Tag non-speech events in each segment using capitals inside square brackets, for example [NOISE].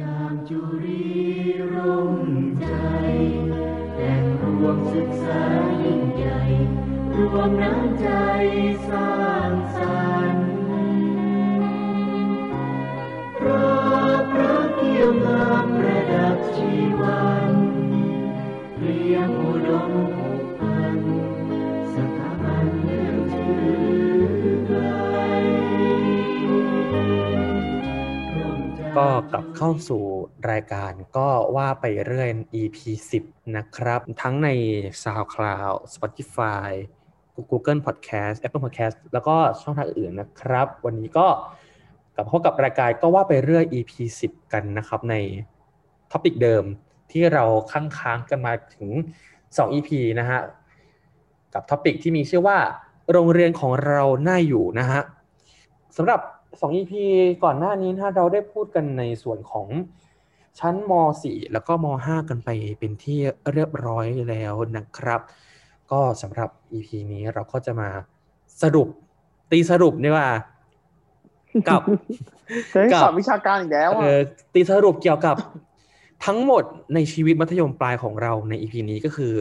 จากจุรีร่มใจ แต่งรวมศึกษายิ่งใหญ่ รวมน้ำใจสร้างสรรค์พระพระเกี่ยมงามประดับชีวันเรียงอุดมผูกพันสถาบันเรื่องชื่อไกล ก็กลับเข้าสู่รายการก็ว่าไปเรื่อย EP 10 นะครับ ทั้งใน SoundCloud Spotify Google Podcast Apple Podcast แล้วก็ช่องทางอื่นๆนะครับ วันนี้ก็กลับพบกับรายการก็ว่าไปเรื่อย EP 10 กันนะครับในท็อปิกเดิมที่เราค้างค้างๆกันมาถึง 2 EP นะฮะ กับท็อปิกที่มีชื่อว่า โรงเรียนของเราน่าอยู่นะฮะสำหรับ 2 EP ก่อนหน้านี้นะฮะเราได้พูดกันในส่วนของชั้นม .4 แล้วก็ม .5 กันไปเป็นที่เรียบร้อยแล้วนะครับ ก็สำหรับ EP นี้เราก็จะมาสรุปตีสรุปดีกว่า กับ เฮ้ย กับ สอบวิชาการอีกแล้วอ่ะ เอ่อตีสรุปเกี่ยวกับ [LAUGHS] ทั้งหมดในชีวิตมัธยมปลายของเราใน EP นี้ก็คือ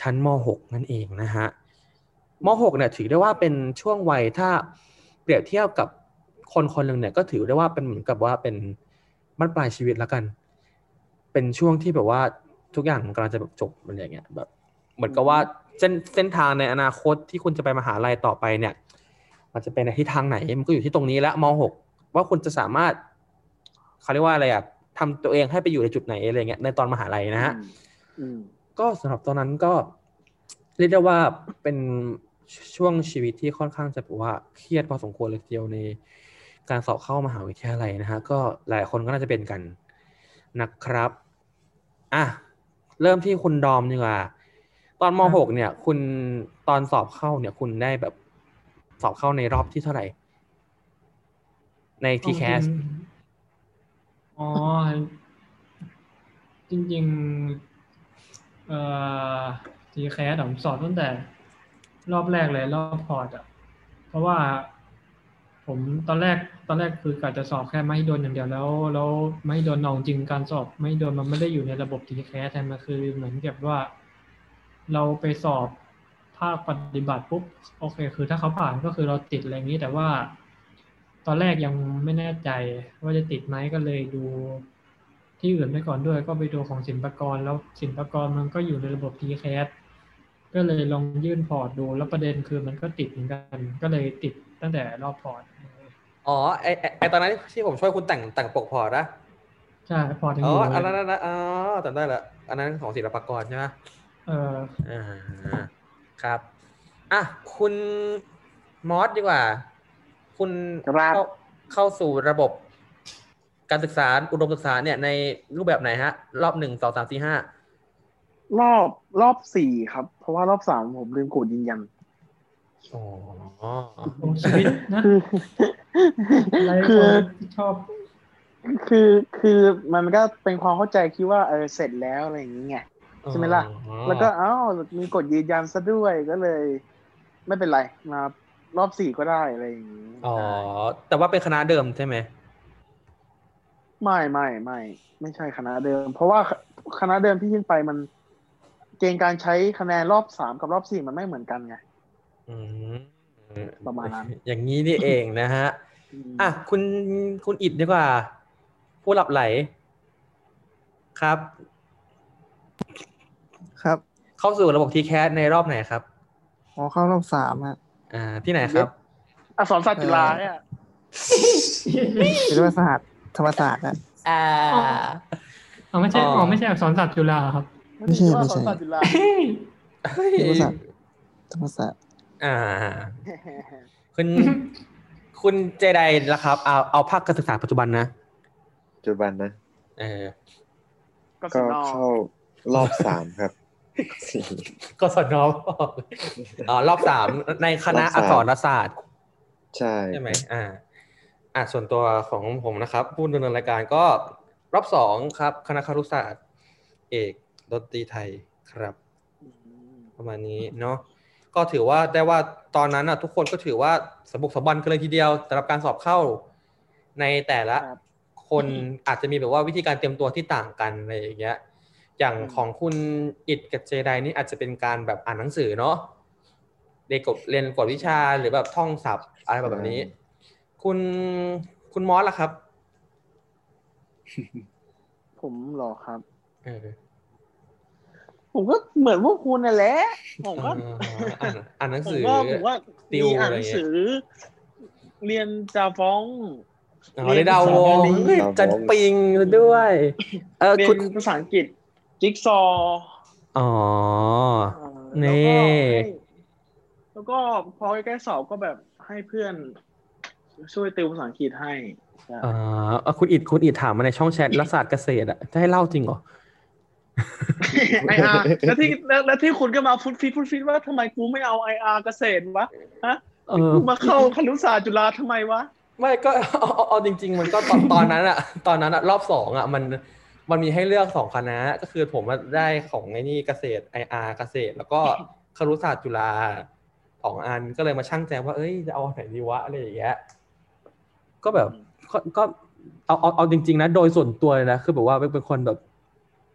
ชั้นม .6 นั่นเองนะฮะม .6 เนี่ยถือได้ว่าเป็นช่วงวัยถ้าเปรียบเทียบกับคนคนหนึ่งเนี่ยก็ถือได้ว่าเป็นเหมือนกับว่าเป็นบั้นปลายชีวิตแล้วกัน เป็นช่วงที่แบบว่าทุกอย่างกำลังจะแบบจบอะไรอย่างเงี้ยแบบ เหมือนกับว่าเส้นเส้นทางในอนาคตที่คุณจะไปมหาลัยต่อไปเนี่ย มันจะเป็นในทิศทางไหนมันก็อยู่ที่ตรงนี้ละมหกว่าคุณจะสามารถเขาเรียกว่าอะไรอะทำตัวเองให้ไปอยู่ในจุดไหนอะไรเงี้ยในตอนมหาลัยนะฮะ อืม ก็สำหรับตอนนั้นก็เรียกได้ว่าเป็นช่วงชีวิตที่ค่อนข้างจะแบบว่าเครียดพอสมควรเลยทีเดียวในการสอบเข้ามหาวิทยาลัยนะฮะก็หลายคนก็น่าจะเป็นกันนะครับอ่ะเริ่มที่คุณดอมดีกว่าตอนมหกเนี่ย คุณตอนสอบเข้าเนี่ย คุณได้แบบสอบเข้าในรอบที่เท่าไหร่ ในทีแคส อ๋อ จริงๆ เอ่อทีแคสผมสอบตั้งแต่ รอบแรกเลย รอบพอร์ตอ่ะ เพราะว่าผมตอนแรกตอนแรกคือกะจะสอบแค่ไม่โดนอย่างเดียวแล้ว แล้วไม่โดนนองจริงการสอบไม่โดนมันไม่ได้อยู่ในระบบทีแคสแทนมันคือเหมือนกับว่า เราไปสอบภาคปฏิบัติปุ๊บโอเค คือถ้าเขาผ่านก็คือเราติดอะไรอย่างนี้ แต่ว่า ตอนแรกยังไม่แน่ใจว่าจะติดไหมก็เลยดู ที่อื่นไปก่อนด้วยก็ไปดูของสินปากรแล้วสินปากรมันก็อยู่ในระบบทีแคสก็เลยลองยื่นพอร์ตดูแล้วประเด็นคือมันก็ติดเหมือนกัน ก็เลยติดตั้งแต่รอบพอร์ต อ๋อไอไอ้ไอตอนนั้นที่ผมช่วยคุณแต่งแต่งปกพอร์ตนะ ใช่พอร์ตยัง อ๋ อ อยู่ อัน เล นั้น ย อันนั้นอ๋อจำได้ละอันนั้นของศิลปากรใช่ไหม เออ อ่าครับ อ่ะ คุณมอสดีกว่า คุณ ครับ เข้าเข้าสู่ระบบ การศึกษาอุดมศึกษาเนี่ยในรูปแบบไหนฮะ รอบหนึ่งสองสามสี่ห้าร อบรอบสี่ครับ เพราะว่ารอบสามผมลืมกดยืนยัน อ๋อ ของชีวิตนะ คือ อะไร คือ ที่ชอบ [LAUGHS] คือคือมันก็เป็นความเข้าใจคิดว่าเออเสร็จแล้วอะไรอย่างเงี้ย ใช่ไหมล่ะ แล้วก็เอ้ามีกดยืนยันซะด้วยก็เลย ไม่เป็นไรมารอบสี่ก็ได้อะไรอย่างงี้ อ๋อ ใช่ แต่ว่าเป็นคณะเดิมใช่ไหม ไม่ไม่ไม่ไม่ใช่คณะเดิม เพราะว่าคณะเดิมที่ยื่นไปมัน เกณฑ์การใช้คะแนนรอบสามกับรอบสี่มันไม่เหมือนกันไง อืม ประมาณนั้น อย่างนี้นี่เองนะฮะ ม อ่ะคุณคุณอิดดีกว่า ผู้หลับไหล ครับ ครับ เข้าสู่ระบบทีแคสในรอบไหนครับ อ๋อเข้ารอบสามอะ อ่า ที่ไหนครับ อักษรศาสตร์จุฬาเนี่ย ศิลปศาสตร์ธรรมศาสตร์อะ อ่า เอาไม่ใช่ อ๋ออ๋ อ๋อไม่ใช่อักษรศาสตร์จุฬาครับ ไม่ใช่ไม่ อักษรใช่ศาสตร์จุฬา ศิลปศาสตร์ธรรมศาสตร์ อ่า คุณ คุณเจไดละครับ เอาเอาภาคการศึกษาปัจจุบันนะ ปัจจุบันนะ เออ ก็ส ก็ นอ เข้ารอบสามครับ ก็สนองอ๋อรอบสามในคณะ รอบ อักสามษรศาสตร์ ใช่ ใช่ไหมอ่า อ่าส่วนตัวของผมนะครับ ผู้ดำเนินรายการก็รอบสองครับ คณะครุศาสตร์ เอกดนตรีไทยครับ ประมาณนี้เนาะ ก็ถือว่าได้ว่าตอนนั้นอ่ะ ทุกคนก็ถือว่าสมบุกสมบันกันเลยทีเดียวสำหรับการสอบเข้าในแต่ละ คนอาจจะมีแบบว่าวิธีการเตรียมตัวที่ต่างกันอะไรอย่างเงี้ย อย่างของคุณอิดกับเจไดนี่อาจจะเป็นการแบบอ่านหนังสือเนาะเรียนกฎเรียนกฎวิชาหรือแบบท่องศัพท์อะไรแบบนี้ คุณคุณมอสล่ะครับ ผมเหรอครับ เออ ผมก็เหมือนพวกคุณน่ะแหละผมก็ อ่านอ่านหนัง ผม สือ ว่าผมว่า ติ มี ว อ่าน อะไร หนัง เงี้ย สือ เรียนจาฟ้อง อ๋อได้ดาววง เรียน เฮ้ยจันปิงซะด้วย เออ เรีย คุณ นภาษาอังกฤษ จิ๊กซอว์ อ๋อ เอ่อแล้วก็ นี่ ให้แล้วก็พอใกล้ๆสอบก็แบบให้เพื่อน ช่วยติวภาษาอังกฤษให้ใช่ อ่าเอาคุณอิดคุณอิดถามมาในช่องแชทรัฐศาสตร์เกษตรอะจะให้เล่าจริงเหรอ ไออาร์แล้วที่แล้วแล้วที่คุณก็มาฟุตฟิตฟุตฟิตว่าทำไมกูไม่เอาไออาร์เกษตรวะ เออ กูมาเข้าคณุศาสตร์จุฬาทำไมวะ ไม่ก็ [LAUGHS] เอาเอาเอาจริง ๆ มันก็ตอนตอนนั้นอะตอนนั้นอะรอบสองอะมันมันมีให้เลือกสองคณะ ก็คือผมอะได้ของไอ้นี่เกษตร IR เกษตร แล้วก็ครุศาสตร์จุฬาสองอันก็เลยมาช่างใจว่าเอ้ยจะเอาไหนดีวะอะไรอย่างเงี้ยก็แบบก็ก็เอาเอาเอาจริง ๆ นะ โดยส่วนตัวเลยนะคือแบบว่าเป็นเป็นคนแบบ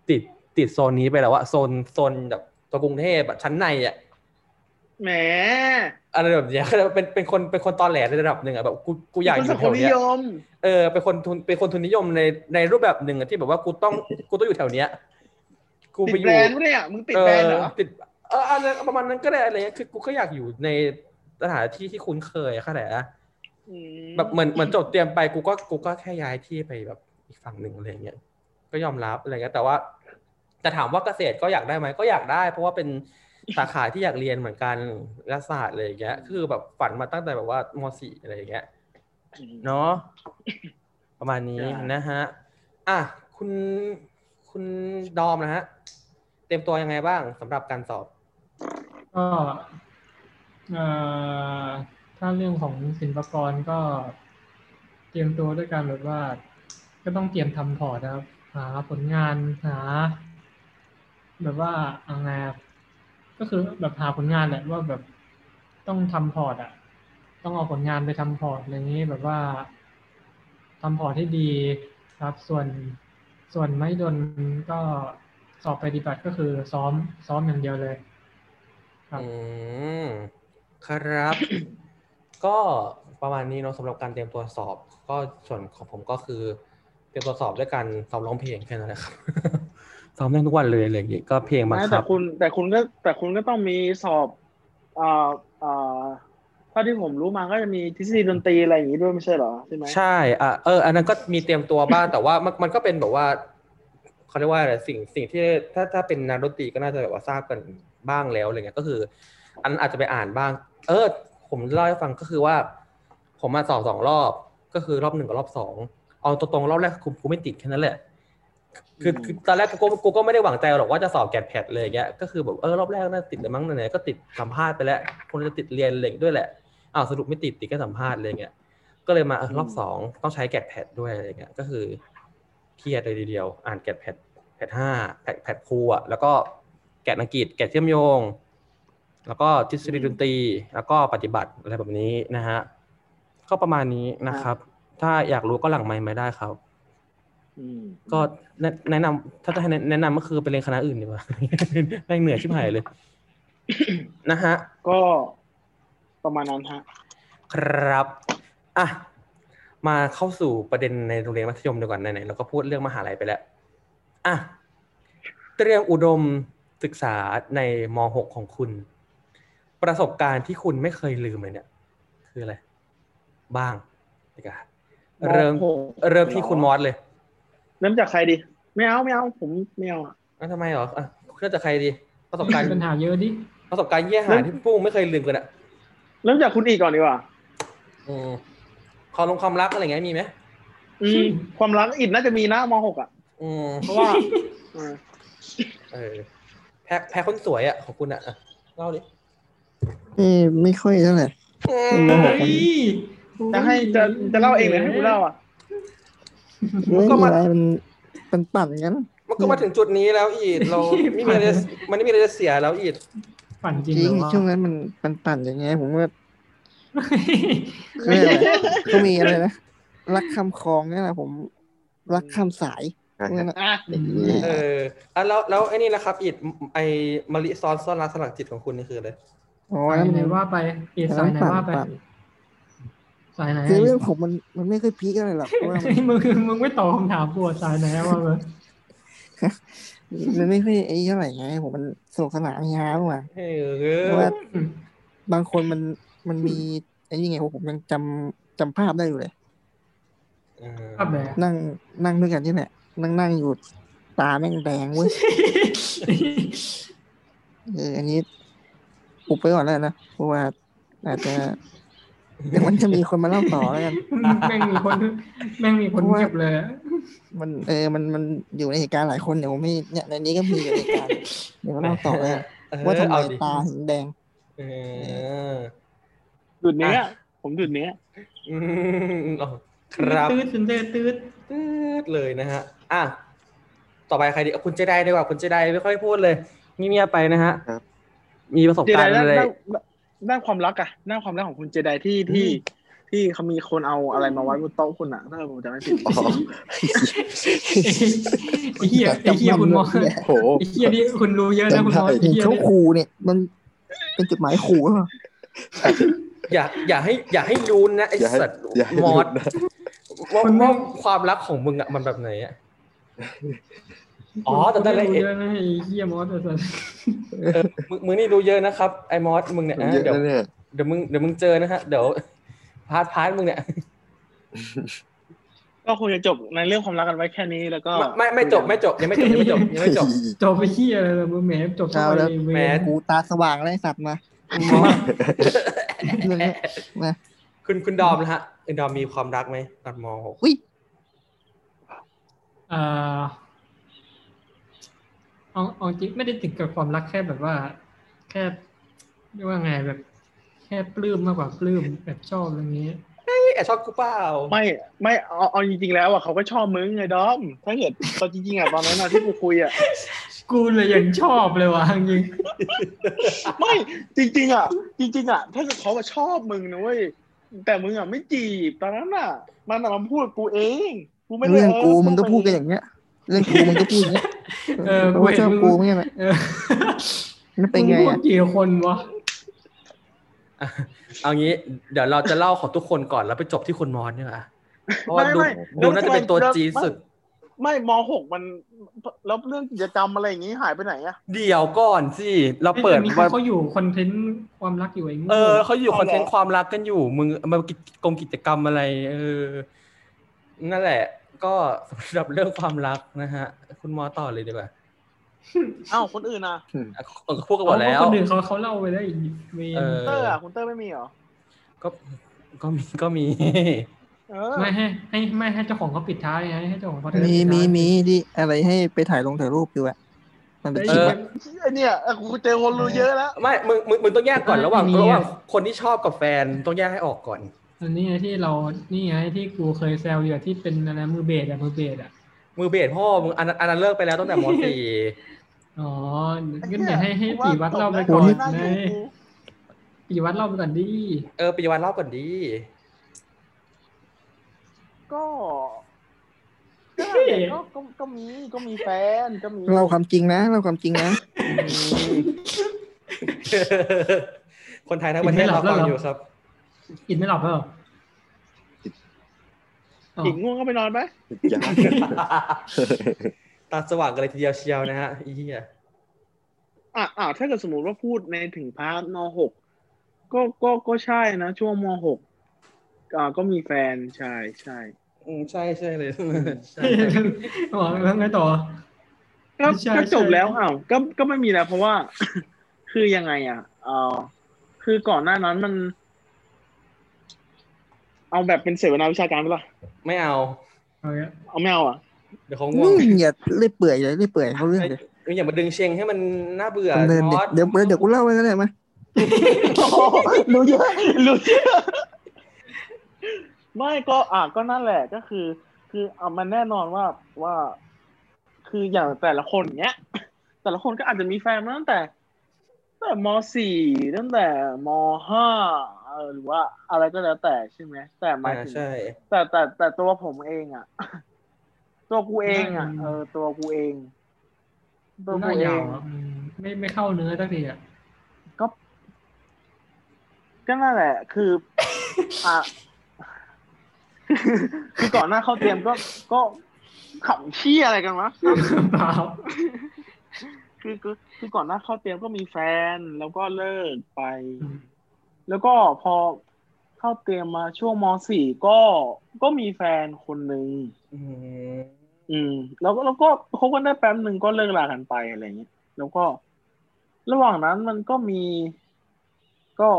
ติดติดโซนนี้ไปแล้วว่าโซนโซนแบบตัวกรุงเทพอะชั้นในอะ แหม อะไรแบบเนี้ย [LAUGHS] คือเป็นเป็นคนเป็นคนตอแหลในระดับหนึ่งอะแบบกูกูอยากอ คุณสั ยู่ ง แถ คว มนิ เนี้ย ยม เออเป็นคนทุนเป็นคนทุนนิยมในในรูปแบบหนึ่งอะที่แบบว่ากูต้องกูต้องอยู่แถวเนี้ยกู ติ ไป ด อ แบรนด์ยู่ปะเนี่ยมึงติดแบรนด์เหรอ เออติดเอออะไรประมาณนั้นก็ได้อะไรเงี้ยคือกูก็อยากอยู่ในสถานที่ที่คุ้นเคยแค่ไหนอะ อืม แบบเหมือนเหมือนจบเตรียมไปกูก็กูก็แค่ย้ายที่ไปแบบอีกฝั่งหนึ่งอะไรเงี้ยก็ยอมรับอะไรเงี้ยแต่ว่าแต่ถามว่าเกษตรก็อยากได้ไหมก็อยากได้ เพราะว่าเป็นสาขาที่อยากเรียนเหมือนกันรัฐศาสตร์อะไรอย่างเงี้ยคือแบบฝันมาตั้งแต่แบบว่ามสี่อะไรอย่างเงี้ย เนาะ ประมาณนี้นะฮะ อ่ะ คุณคุณดอมนะฮะ เตรียมตัวยังไงบ้างสำหรับการสอบ ก็เอ่อถ้าเรื่องของศิลปากรก็เตรียมตัวด้วยการแบบว่า ก็ต้องเตรียมทำพอร์ตนะครับ หาผลงานหา แบบว่าเอาไงอะก็คือแบบหาผลงานแหละว่าแบบต้องทำพอร์ตอะต้องเอาผลงานไปทำพอร์ตอะไรอย่างนี้แบบว่าทำพอร์ตให้ดีครับ ส่วนส่วนไม่ดนก็สอบปฏิบัติก็คือซ้อมซ้อมอย่างเดียวเลย ครับ อืม ครับ [COUGHS] ก็ประมาณนี้เนาะสำหรับการเตรียมตัวสอบ ก็ส่วนของผมก็คือ เตรียมตัวสอบด้วยการซ้อมร้องเพลงแค่นั้นแหละครับ [LAUGHS] ซ้อมเล่นทุกวันเลยอะไรอย่างเงี้ยก็เพลงบัง ไม่ คั แต่ บ คุณแต่คุณก็แต่คุณก็ต้องมีสอบเอ่อเอ่อเท่าที่ผมรู้มาก็จะมีทฤษฎีดนตรีอะไรอย่างนี้ด้วยไม่ใช่เหรอใช่ไหม ใช่อ่ะเออ อันนั้นก็มีเตรียมตัวบ้าง แต่ว่ามันมันก็เป็นแบบว่าเขาเรียกว่าอะไร สิ่งสิ่งที่ถ้าถ้าเป็นนักดนตรีก็น่าจะแบบว่าทราบกันบ้างแล้วอะไรเงี้ย ก็คือ อันอาจจะไปอ่านบ้าง เออ ผมเล่าให้ฟังก็คือว่า ผมมาสอบสองรอบ ก็คือรอบหนึ่งกับรอบสอง เอาตรงๆรอบแรกกูกูไม่ติดแค่นั้นแหละ คือคือตอนแรกกูกูก็ไม่ได้หวังใจหรอกว่าจะสอบแกดแพดเลยอย่างเงี้ย ก็คือแบบเออรอบแรกน่าจะติดเลยมั้งไหนๆก็ติดสัมภาษณ์ไปแล้วคนจะติดเรียนเล่งด้วยแหละ อ้าวสรุปไม่ติดติดแค่สัมภาษณ์เลยเงี้ย ก็เลยมาเออรอบสองต้องใช้แกดแพดด้วยอะไรเงี้ย ก็คือเครียดเลยทีเดียว อ่านแกดแพดแพดห้าแพดแพดครูอ่ะแล้วก็แกดอังกฤษแกดเชื่อมโยง แล้วก็ทฤษฎีดนตรีแล้วก็ปฏิบัติอะไรแบบนี้นะฮะก็ประมาณนี้นะครับ ถ้าอยากรู้ก็หลังไมค์มาได้ครับ อืม ก็แนะแนะนำถ้าจะให้แนะแนะนำก็คือไปเรียนคณะอื่นดีกว่า [LAUGHS] แม่งเหนื่อยชิบหายเลย นะฮะ ก็ประมาณนั้นฮะ ครับ อ่ะ มาเข้าสู่ประเด็นในโรงเรียนมัธยมดีกว่าไหนๆเราก็พูดเรื่องมหาลัยไปแล้ว อ่ะ เตรียมอุดมศึกษาในม .6 ของคุณ ประสบการณ์ที่คุณไม่เคยลืมเลยเนี่ย คืออะไร บ้างดีกว่าม เริ่ม หก เริ่มที่คุณมอสเลย เริ่มจากใครดี ไม่เอาไม่เอาผมไม่เอาอะ อ่ะทำไมเหรออ่ะเริ่มจากใครดี ประสบการณ์ ปัญหาเยอะดิ ประสบการณ์เยี่ยหาที่พวกมึงไม่เคยลืมกันอะ เริ่มจากคุณอีกก่อนดีกว่า อืมความลงความรักอะไรเงี้ยมีไหม อืม ความรักอิดน่าจะมีนะมหกอ่ะ อืม เพ [LAUGHS] ราะว่าเออ เออแพ้แพ้คนสวยอะของคุณอะอ่ะเล่าดิ เอ้ยไม่ค่อยเท่าไหร่ เฮ้ย จะให้จะจะเล่าเองหรือให้กูเล่าอ่ะ ไม่มีอะไรมันมันปั่นกัน มันก็มาถึงจุดนี้แล้วอีดเราไม่มีอะไร [LAUGHS] จะมันไม่มีอะไรจะเสียแล้วอีด ฝันจ จ ริง ริ เหรง อวะ ช่วงนั้นมันมันปั่นอย่างเงี้ยผมก็คืออะไรก็มีอะไรนะรักคำคลองเนี่ยแหละผม รักคำสายพวกนั้นอะ อ่ะ เอออ่ะแล้วแล้วไอ้นี่นะครับอิดไอ้มะลิซ้อนซ่อนรักสลักจิตของคุณนี่คืออะไร อ๋อ สาย นั่น ไหน มัน ว่าไปเอกสายไหนว่าไป ปั่น สายไหน คือเรื่องผมมันมันไม่เคยพีคอะไรหรอกเพราะว่ามัน มึงมึงไม่ตอบคำถามกูอะสายไหนว่าไป มันไม่ค่อยไอ้เท่าไหร่ไงผมมันสนุกสนานเฮฮามากกว่า เออ ว่า บางคนมันมันมีไอ้นี่ไงผมยังจำจำภาพได้อยู่เลย ภาพไหนอะ นั่งนั่งด้วยกันที่แหละนั่งนั่งอยู่ตาแม่งแดงเว้ย [LAUGHS] เอออันนี้ปุบไปก่อนแล้วกันนะเพราะว่าอาจจะเดี๋ยวมันจะมีคนมาเล่าต่อแล้วกัน แม่งมีคนแม่งมีคนเก็บเลยอะ มันเออมันมันอยู่ในเหตุการณ์หลายคนเดี๋ยวไม่เนี่ยในนี้ก็มีอยู่ในเหตุการณ์เดี๋ยวมาเล่าต่อแล้วกันว่าทำไมตาถึงแดง เออ [LAUGHS] ดูดเนื้อ อ่ะ ผมดูดเนื้อ อืมอ๋อครับ ตืดตืดตืดตืด ตืดเลยนะฮะ อ่ะ ต่อไปใครดีเอาคุณเจไดดีกว่า คุณเจไดไม่ค่อยพูดเลยเงียบๆไปนะฮะ ครับ มีประสบ เจ กา ได รณ์ ด้าน อะไร ด้านด้านความรักอะด้านความรักของคุณเจไดที่ที่ ที่เขามีคนเอาอะไรมาไว้บนโต๊ะคุณอะถ้าผมจำไม่ผิด อ๋อ ไอ้เหี้ยไอ้เหี้ยคุณมอง โอ้โห ไอ้เหี้ยนี่คุณรู้เยอะนะคุณมองไอ้ เห็น เหี้ย เขา นี่ ขู่เนี่ย มันเป็นจดหมายขู่หรือเปล่า อย่า อย่าให้ อย่าให้รู้นะไอ้ อย่าให้ สัตว์ อย่าให้ มอ รู้ ด นะ ว่าว่าความรักของมึงอ่ะ มันแบบไหนอ่ะ อ๋อแต่ได้เลย คุณ เอ็ด รู้เยอะนะไอ้เหี้ยมอสแต่สัส มึงมึงนี่รู้เยอะนะครับ ไอ้มอสมึงเนี่ยอ่ะ เยอะ เดี๋ยว นะเนี่ย เดี๋ยวมึง เดี๋ยวมึงเจอนะฮะ เดี๋ยวพาร์ทพาร์ทมึงเนี่ย [LAUGHS] ก็คงจะจบในเรื่องความรักกันไว้แค่นี้แล้วก็ ไม่ไม่จบไม่จบยังไม่จบยังไม่จบ [LAUGHS] ยังไม่จบ จบไปเหี้ยเลยมึงแหมจบเข้าไปในเว แหม ร กูตาสว่างแล้วไอ้สัตว์มาเรื่องเนี้ยมา คุณคุณดอมนะฮะคุณดอมมีความรักไหมตอนมหก อุ้ย อ่าเอาเอาจริงไม่ได้ติดกับความรักแค่แบบว่า แค่เรียกว่าไงแบบ แค่ปลื้มมากกว่าปลื้มแบบชอบอะไรเงี้ย เอ๊ะแอบชอบกูเปล่า ไม่ไม่เอาเอาจริงๆแล้วอ่ะเขาก็ชอบมึงไงดอม ถ้าเกิดตอนจริงๆอ่ะตอนนั้นอะที่กูคุยอ่ะ กูเลยยังชอบเลยว่ะจริง ไม่จริง ๆอ่ะจริง ๆอ่ะถ้าเกิดเขาอะชอบมึงนะเว้ยแต่มึงอ่ะไม่จีบตอนนั้นอ่ะ มันอะมันพูดกับกูเองกูไม่ได้ เรื่องกู เ มึงก็พูดกันอย่างเงี้ย เรื่องกูมึงก็พูดอย่างเงี้ย เออ เพราะว่าชอบกูไม่ใช่ไหม เออ นั่นเป็นไง มึพว อ่ะ กกี่คนวะ อ่ะเอางี้เดี๋ยวเราจะเล่าของทุกคนก่อนแล้วไปจบที่คุณมอนเนี่ยอะเพราะว่า ไม่ ดูดูไม่น่าจะเป็นตัว แล้ว จีดสุด ไม่มหกมันแล้วเรื่องกิจกรรมอะไรอย่างงี้หายไปไหนอ่ะ เดี๋ยวก่อนสิเราเปิด มี ว่า เขาอยู่คอนเทนต์ความรักอยู่ไอ้โง่ เออเขาอยู่คเอาเหรอ อนเทนต์ความรักกันอยู่ มึงมากจกงกิจกรรมอะไร เออ นั่นแหละ ก็สำหรับเรื่องความรักนะฮะ คุณมอต่อเลยดีกว่า อ้าวคนอื่นอ่ะ อ่ะพวกก็บอกแล้ว เอาคนอื่นเขาเขาเล่าไปได้อีกเวร เออ เตอร์อ่ะคุณเตอร์ไม่มีเหรอ ก็ก็มีก็มี เออ ไม่ให้ให้ไม่ให้เจ้าของเขาปิดท้ายไงให้เจ้าของเขาปิดท้าย มีมีมีที่อะไรให้ไปถ่ายลงถ่ายรูปอยู่อะมันเป็น ไอ้ คลิ เหี้ ป ย อะ ไอเนี่ยเออกูเจอคนรู้เยอะแล้ว ไม่ มึง มึง มึงต้องแยกก่อน เออ ระหว่าง มี ระหว่าง อะ คนที่ชอบกับแฟนต้องแยกให้ออกก่อน อันนี้ไงที่เรานี่ไงที่กูเคยแซวอยู่อะที่เป็นอะไรมือเบสอะมือเบสอะ มือเบสพ่อ มึงอันนั้นอันนั้นเลิกไปแล้วตั้งแต่มสี่ อ๋องั้นเดี๋ยวให้ให้ ไอ้ ปี เย วัดเล่าไป กู ก่อ ว่ น ตบหน้า ไง อยู่กู ปีวัดเล่าไปก่อนดิ เออปิยวันเล่าก่อนดี [LAUGHS] ก็ก็นั่นแหละก็ก็ก็มีก็มีแฟนก็มี เราความจริงนะเราความจริงนะ คนไทยทั้งประเทศเราฟังอยู่ครับ [LAUGHS] อินไม่หลับแล้วเหรออ๋อ หญิงง่วงก็ไปนอนไหม อย่า ตาสว่างกันเลยทีเดียวเชียวนะฮะอีเหี้ย อ่ะอ่ะถ้าเกิดสมมติว่าพูดในถึงพาร์ทมหกก็ก็ก็ใช่นะ ช่วงมหกอ่าก็มีแฟนใช่ใช่ อืมใช่ใช่เลยใช่ อ๋อแล้วไงต่อ ก็ ใช่ ก็จบ ใช่ แล้วอ้าวก็ก็ไม่มีแล้ว เพราะว่า [COUGHS] คือยังไงอ่ะเอ่อคือก่อนหน้านั้นมัน เอาแบบเป็นเสวนาวิชาการไปละ ไม่เอา เอาเงี้ย เอาไม่เอาอ่ะ [LAUGHS] เดี๋ยวเขาง่ว นี่ ง อย่าเล่อยเปื่อยเลยเล่อยเปื่อยเขาเรื่องเลย เอ้ยอย่ามาดึงเชงให้มันน่าเบื่อ ดำเนิน ม ดิ อส เดี๋ยวเดี๋ยวเดี๋ยวกูเล่าไว้ก็ได้มา รู้เยอะรู้เยอะไม่ก็อ่ะก็นั่นแหละก็คือ คืออ่ะมันแน่นอนว่าว่า คืออย่างแต่ละคนเนี้ย [COUGHS] แต่ละคนก็อาจจะมีแฟนมาตั้งแต่ตั้งแต่มสี่ตั้งแต่มห้าเอ่อหรือว่าอะไรก็แล้วแต่ใช่ไหมแต่หมาย อ่า ถึง ใช่ [LAUGHS] แต่แต่แต่ตัวผมเองอ่ะ ตัวกูเองอ่ะเออตัวกูเอง ตัวกูหเอยน้าาว ง อะมันไม่ไม่เข้าเนื้อสักทีอ่ะ ก็ก็นั่นแหละ [LAUGHS] คือ อ่ะ [LAUGHS] คือก่อนหน้าเข้าเตรียมก็ก็ขำเชี่ยอะไรกันวะ เปล่า คือคือคือก่อนหน้าเข้าเตรียมก็มีแฟน แล้วก็เลิกไป แล้วก็พอเข้าเตรียมมาช่วงมสี่ก็ก็มีแฟนคนหนึ่ง อืม อืม แล้วก็แล้วก็คบกันได้แป๊บหนึ่งก็เลิกลากันไปอะไรเงี้ยแล้วก็ ระหว่างนั้นมันก็มี ก็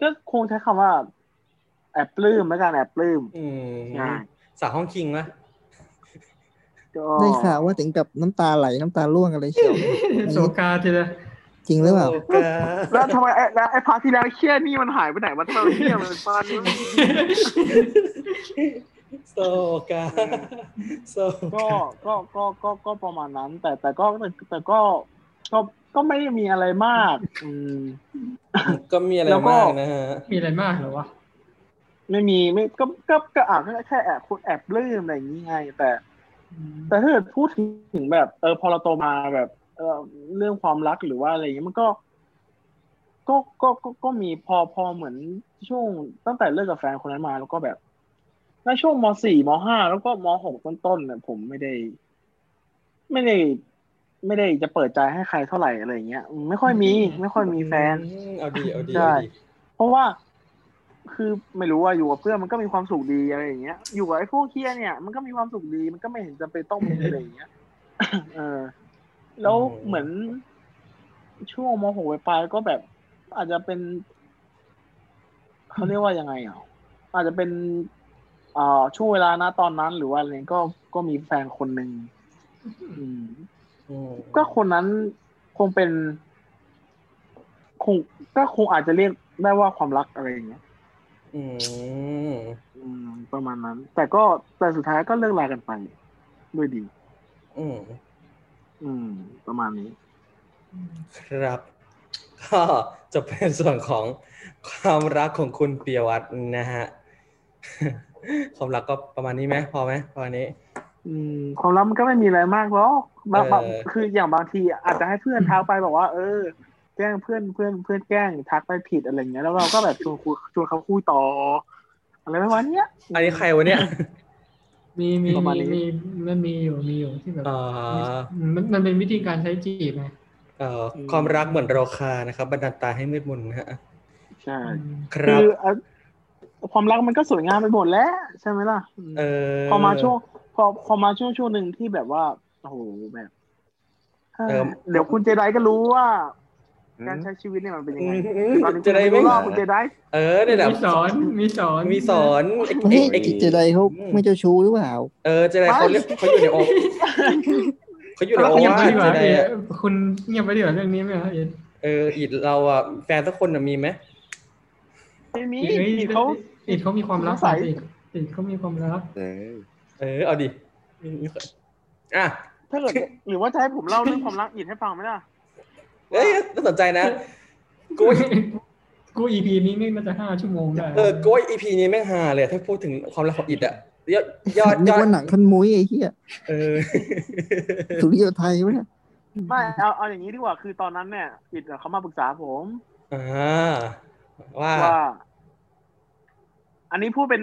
ก็คงใช้คำว่า แอบปลื้มแล้วกันแอบปลื้ม อืม ใช่ สาวห้องคิงไหม ก็ ได้ข่าวว่าถึงกับน้ำตาไหลน้ำตาร่วงอะไรเชียว โสกาทีละ จริงหรือเปล่า โอ้กา แล้วทำไมไอ้แล้วไอ้พาร์ทที่แล้วไอ้เชี่ยนี่มันหายไปไหนวะเธอเชี่ยมันซ่อนอยู่ โซกาโซ [LAUGHS] ก็ก็ก็ก็ก็ประมาณนั้น แต่แต่ก็แต่แต่ก็ก็ก็ไม่ได้มีอะไรมาก อืม ก็มีอะไร แล้วก็ มากนะฮะ มีอะไรมากเหรอวะ ไม่มีไม่ก็ก็ก็อ่ะก็แค่แอบคุณแอบปลื้มอะไรอย่างนี้ไงแต่ แต่ถ้าเกิดพูดถึงแบบ เออพอเราโตมาแบบ เออเรื่องความรักหรือว่าอะไรอย่างเงี้ยมันก็ก็ก็ก็ก็มีพอพอเหมือนช่วงตั้งแต่เลิกกับแฟนคนนั้นมา แล้วก็แบบในช่วงมสี่มห้าแล้วก็มหกต้นๆเนี่ยผมไม่ได้ ไม่ได้ ไม่ได้จะเปิดใจให้ใครเท่าไหร่อะไรอย่างเงี้ยอืมไม่ค่อยมี ไม่ค่อยมีแฟน อืมเอาดีเอาดี ใช่ เอาดี เพราะว่า คือไม่รู้ว่าอยู่กับเพื่อนมันก็มีความสุขดีอะไรอย่างเงี้ย อยู่กับไอ้พวกเคียเนี่ยมันก็มีความสุขดีมันก็ไม่เห็นจะไปนต้องมีอะไรอย่างเงี้ [COUGHS] ย เออ แล้วเหมือนช่วงมหกปลายๆก็แบบ อาจจะเป็นเขาเรียกว่ายังไงอ่ะอาจจะเป็นอ่าช่วงเวลานะตอนนั้นหรือว่าอะไรก็ก็มีแฟนคนหนึ่งอืม อืม ก็คนนั้นคงเป็น คงก็คงอาจจะเรียกได้ว่าความรักอะไรอย่างเงี้ย อืม อืม ประมาณนั้น แต่ก็แต่สุดท้ายก็เลิกลากันไปด้วยดี อืม อืม ประมาณนี้ ครับ [LAUGHS] ก็จะเป็นส่วนของความรักของคุณปียวัฒน์นะฮะ [LAUGHS] ความรักก็ประมาณนี้ไหมพอไหมประมาณนี้ อืม ความรักมันก็ไม่มีอะไรมากหรอกบางบาง เออ คืออย่างบางทีอาจจะให้เพื่อนทักไปบอกว่า เออ แกล้งเพื่อนเพื่อนเพื่อนแกล้งทักไปผิดอะไรอย่างเงี้ย แล้วเราก็แบบชวนคุยชวนเขาคุยต่อ อะไรประมาณเนี้ย อันนี้ใครวะเนี่ย มีมี ประมาณ มี นี้ มีมันมีอยู่มีอยู่ที่แบบ อ่า มันมันเป็นวิธีการใช้จีบไง เอ่อความรักเหมือนโรคานะครับบันดาลตาให้มืดมนนะฮะ ใช่ ค คื รับ ออ่ะความรักมันก็สวยงามไปหมดแล้ว ใช่ไหมล่ะอืม เออ พอมาช่วงพอพอมาช่วงช่วงหนึ่งที่แบบว่าโอ้โหแบบเอ่อเดี๋ยวคุณเจไดก็รู้ว่า อื การ ม ใช้ชีวิตเนี่ยมันเป็นยัง อื ไง ม ตอนนี้ จะได้ คุ ไม่ ณรอบคุณเจได เออเนี่ยแหละ มีสอนมีสอน มีสอน เฮ้ย ไอ้ไอ้ เจไดเขาไม่เจ้าชู้หรือเปล่า เออเจไดเขาเรียกเขาอยู่ในโอเขาอยู่ในโอ เงียบ วา ไป ทเจดีกว่า ได เอ็ด อะ คุณเงียบไปดีกว่าเรื่องนี้ไหมครับเอ็ด เอออีดเราอ่ะแฟนสักคนน่ะมีไหม ไม่มี เอ็ดเฮ้ย เขา เอ็ดเขามีความรัก สงสัย เอ็ดเอ็ดเขามีความรัก เออ เออเอาดิอ่ะ ถ้าเกิดหรือว่าจะให้ผมเล่าเรื่องความรักอีกให้ฟังไหมล่ะ เอ้ยน่าสนใจนะกูว่า กูอีพีนี้นี่น่าจะห้าชั่วโมงได้ เออกูอีพีนี้แม่งฮาเลยถ้าพูดถึงความรักของอิดอะยอดยอด นึ ย ก อด ว่าหนังคันมุ้ยไอ้เหี้ย เออ สุริโยไทยวะเนี่ย ไม่เอาเอาอย่างนี้ดีกว่าคือตอนนั้นเนี่ยอิดเนี่ยเขามาปรึกษาผม อ่าว่า ว่า อันนี้พูดเป็น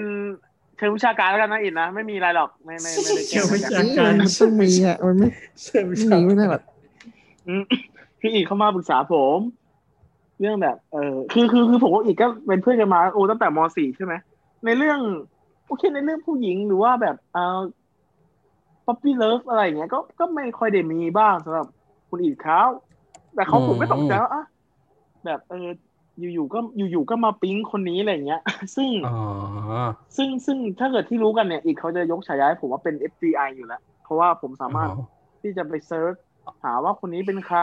เชิงวิชาการแล้วกันนะอิดนะไม่มีอะไรหรอกไม่ไม่ไม่ได้เกี่ยวกัน นี่มันต้องมีอ่ะ มันไม่ เชื่อไม่ ไม่ ใช่ มีไม่ได้หรอก อืม [LAUGHS] พี่อีกเข้ามาปรึกษาผม เรื่องแบบ เออคือคือคือผมกับอีกก็เป็นเพื่อนกันมาโอ้ตั้งแต่มสี่ใช่ไหมในเรื่องโอเคในเรื่องผู้หญิงหรือว่าแบบเออป๊อปปี้เลิฟอะไรอย่างเงี้ยก็ก็ไม่ค่อยได้มีบ้างสำหรับคุณอีกเขาแต่เขาผมไม่ตกใจว่าอ่ะแบบเออ อยู่ๆก็อยู่ๆก็มาปิ๊งคนนี้อะไรอย่างเงี้ย [LAUGHS] ซึ่ง อ๋อ ซึ่งซึ่งถ้าเกิดที่รู้กันเนี่ย อีกเขาจะยกฉายาให้ผมว่าเป็น FBI อยู่แล้ว เพราะว่าผมสามารถที่จะไปเซิร์ชหาว่าคนนี้เป็นใคร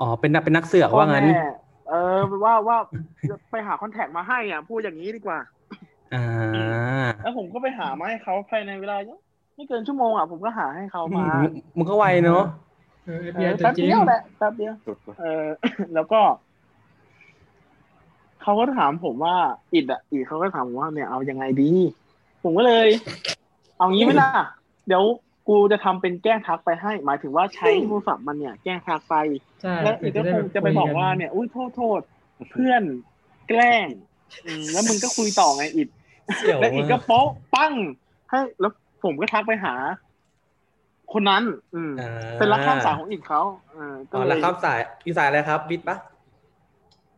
อ๋อเป็นนักเป็นนักเสือกว่างั้น พ่อแม่เออว่าว่าไปหาคอนแทคมาให้อ่ะพูดอย่างนี้ดีกว่า อ่า แล้วผมก็ไปหามาให้เขาภายในเวลาไม่เกินชั่วโมงอ่ะผมก็หาให้เขามา มึงก็ไวเนาะ เออ เอ เดี๋ย อ วจะ แป๊บ เจ๊ง เดียวแหละแป๊บเดียว สุดว่ะ เออ [LAUGHS] แล้วก็เขาก็ถามผมว่าอิดอ่ะอิดเขาก็ถามผมว่าเนี่ยเอายังไงดี ผมก็เลย เอางี้ไหมล่ะ เดี๋ยว กูจะทำเป็นแกล้งทักไปให้ หมายถึงว่าใช้โทรศัพท์มันเนี่ยแกล้งทักไป ใช่ แล้วอีกก็คงจะไปบอกว่าเนี่ยอุ้ยโทษโทษเพื่อนแกล้งอืมแล้วมึงก็คุยต่อไงอิด เสี่ยว แล้วอีกก็ มาก โป๊ะปั้งให้แล้วผมก็ทักไปหา คนนั้น อืม เป็นรักข้ามสายของอิดเขาเออก็ อ๋อ เล รัก ย ข้ามสายอีสายอะไรครับบิดปะ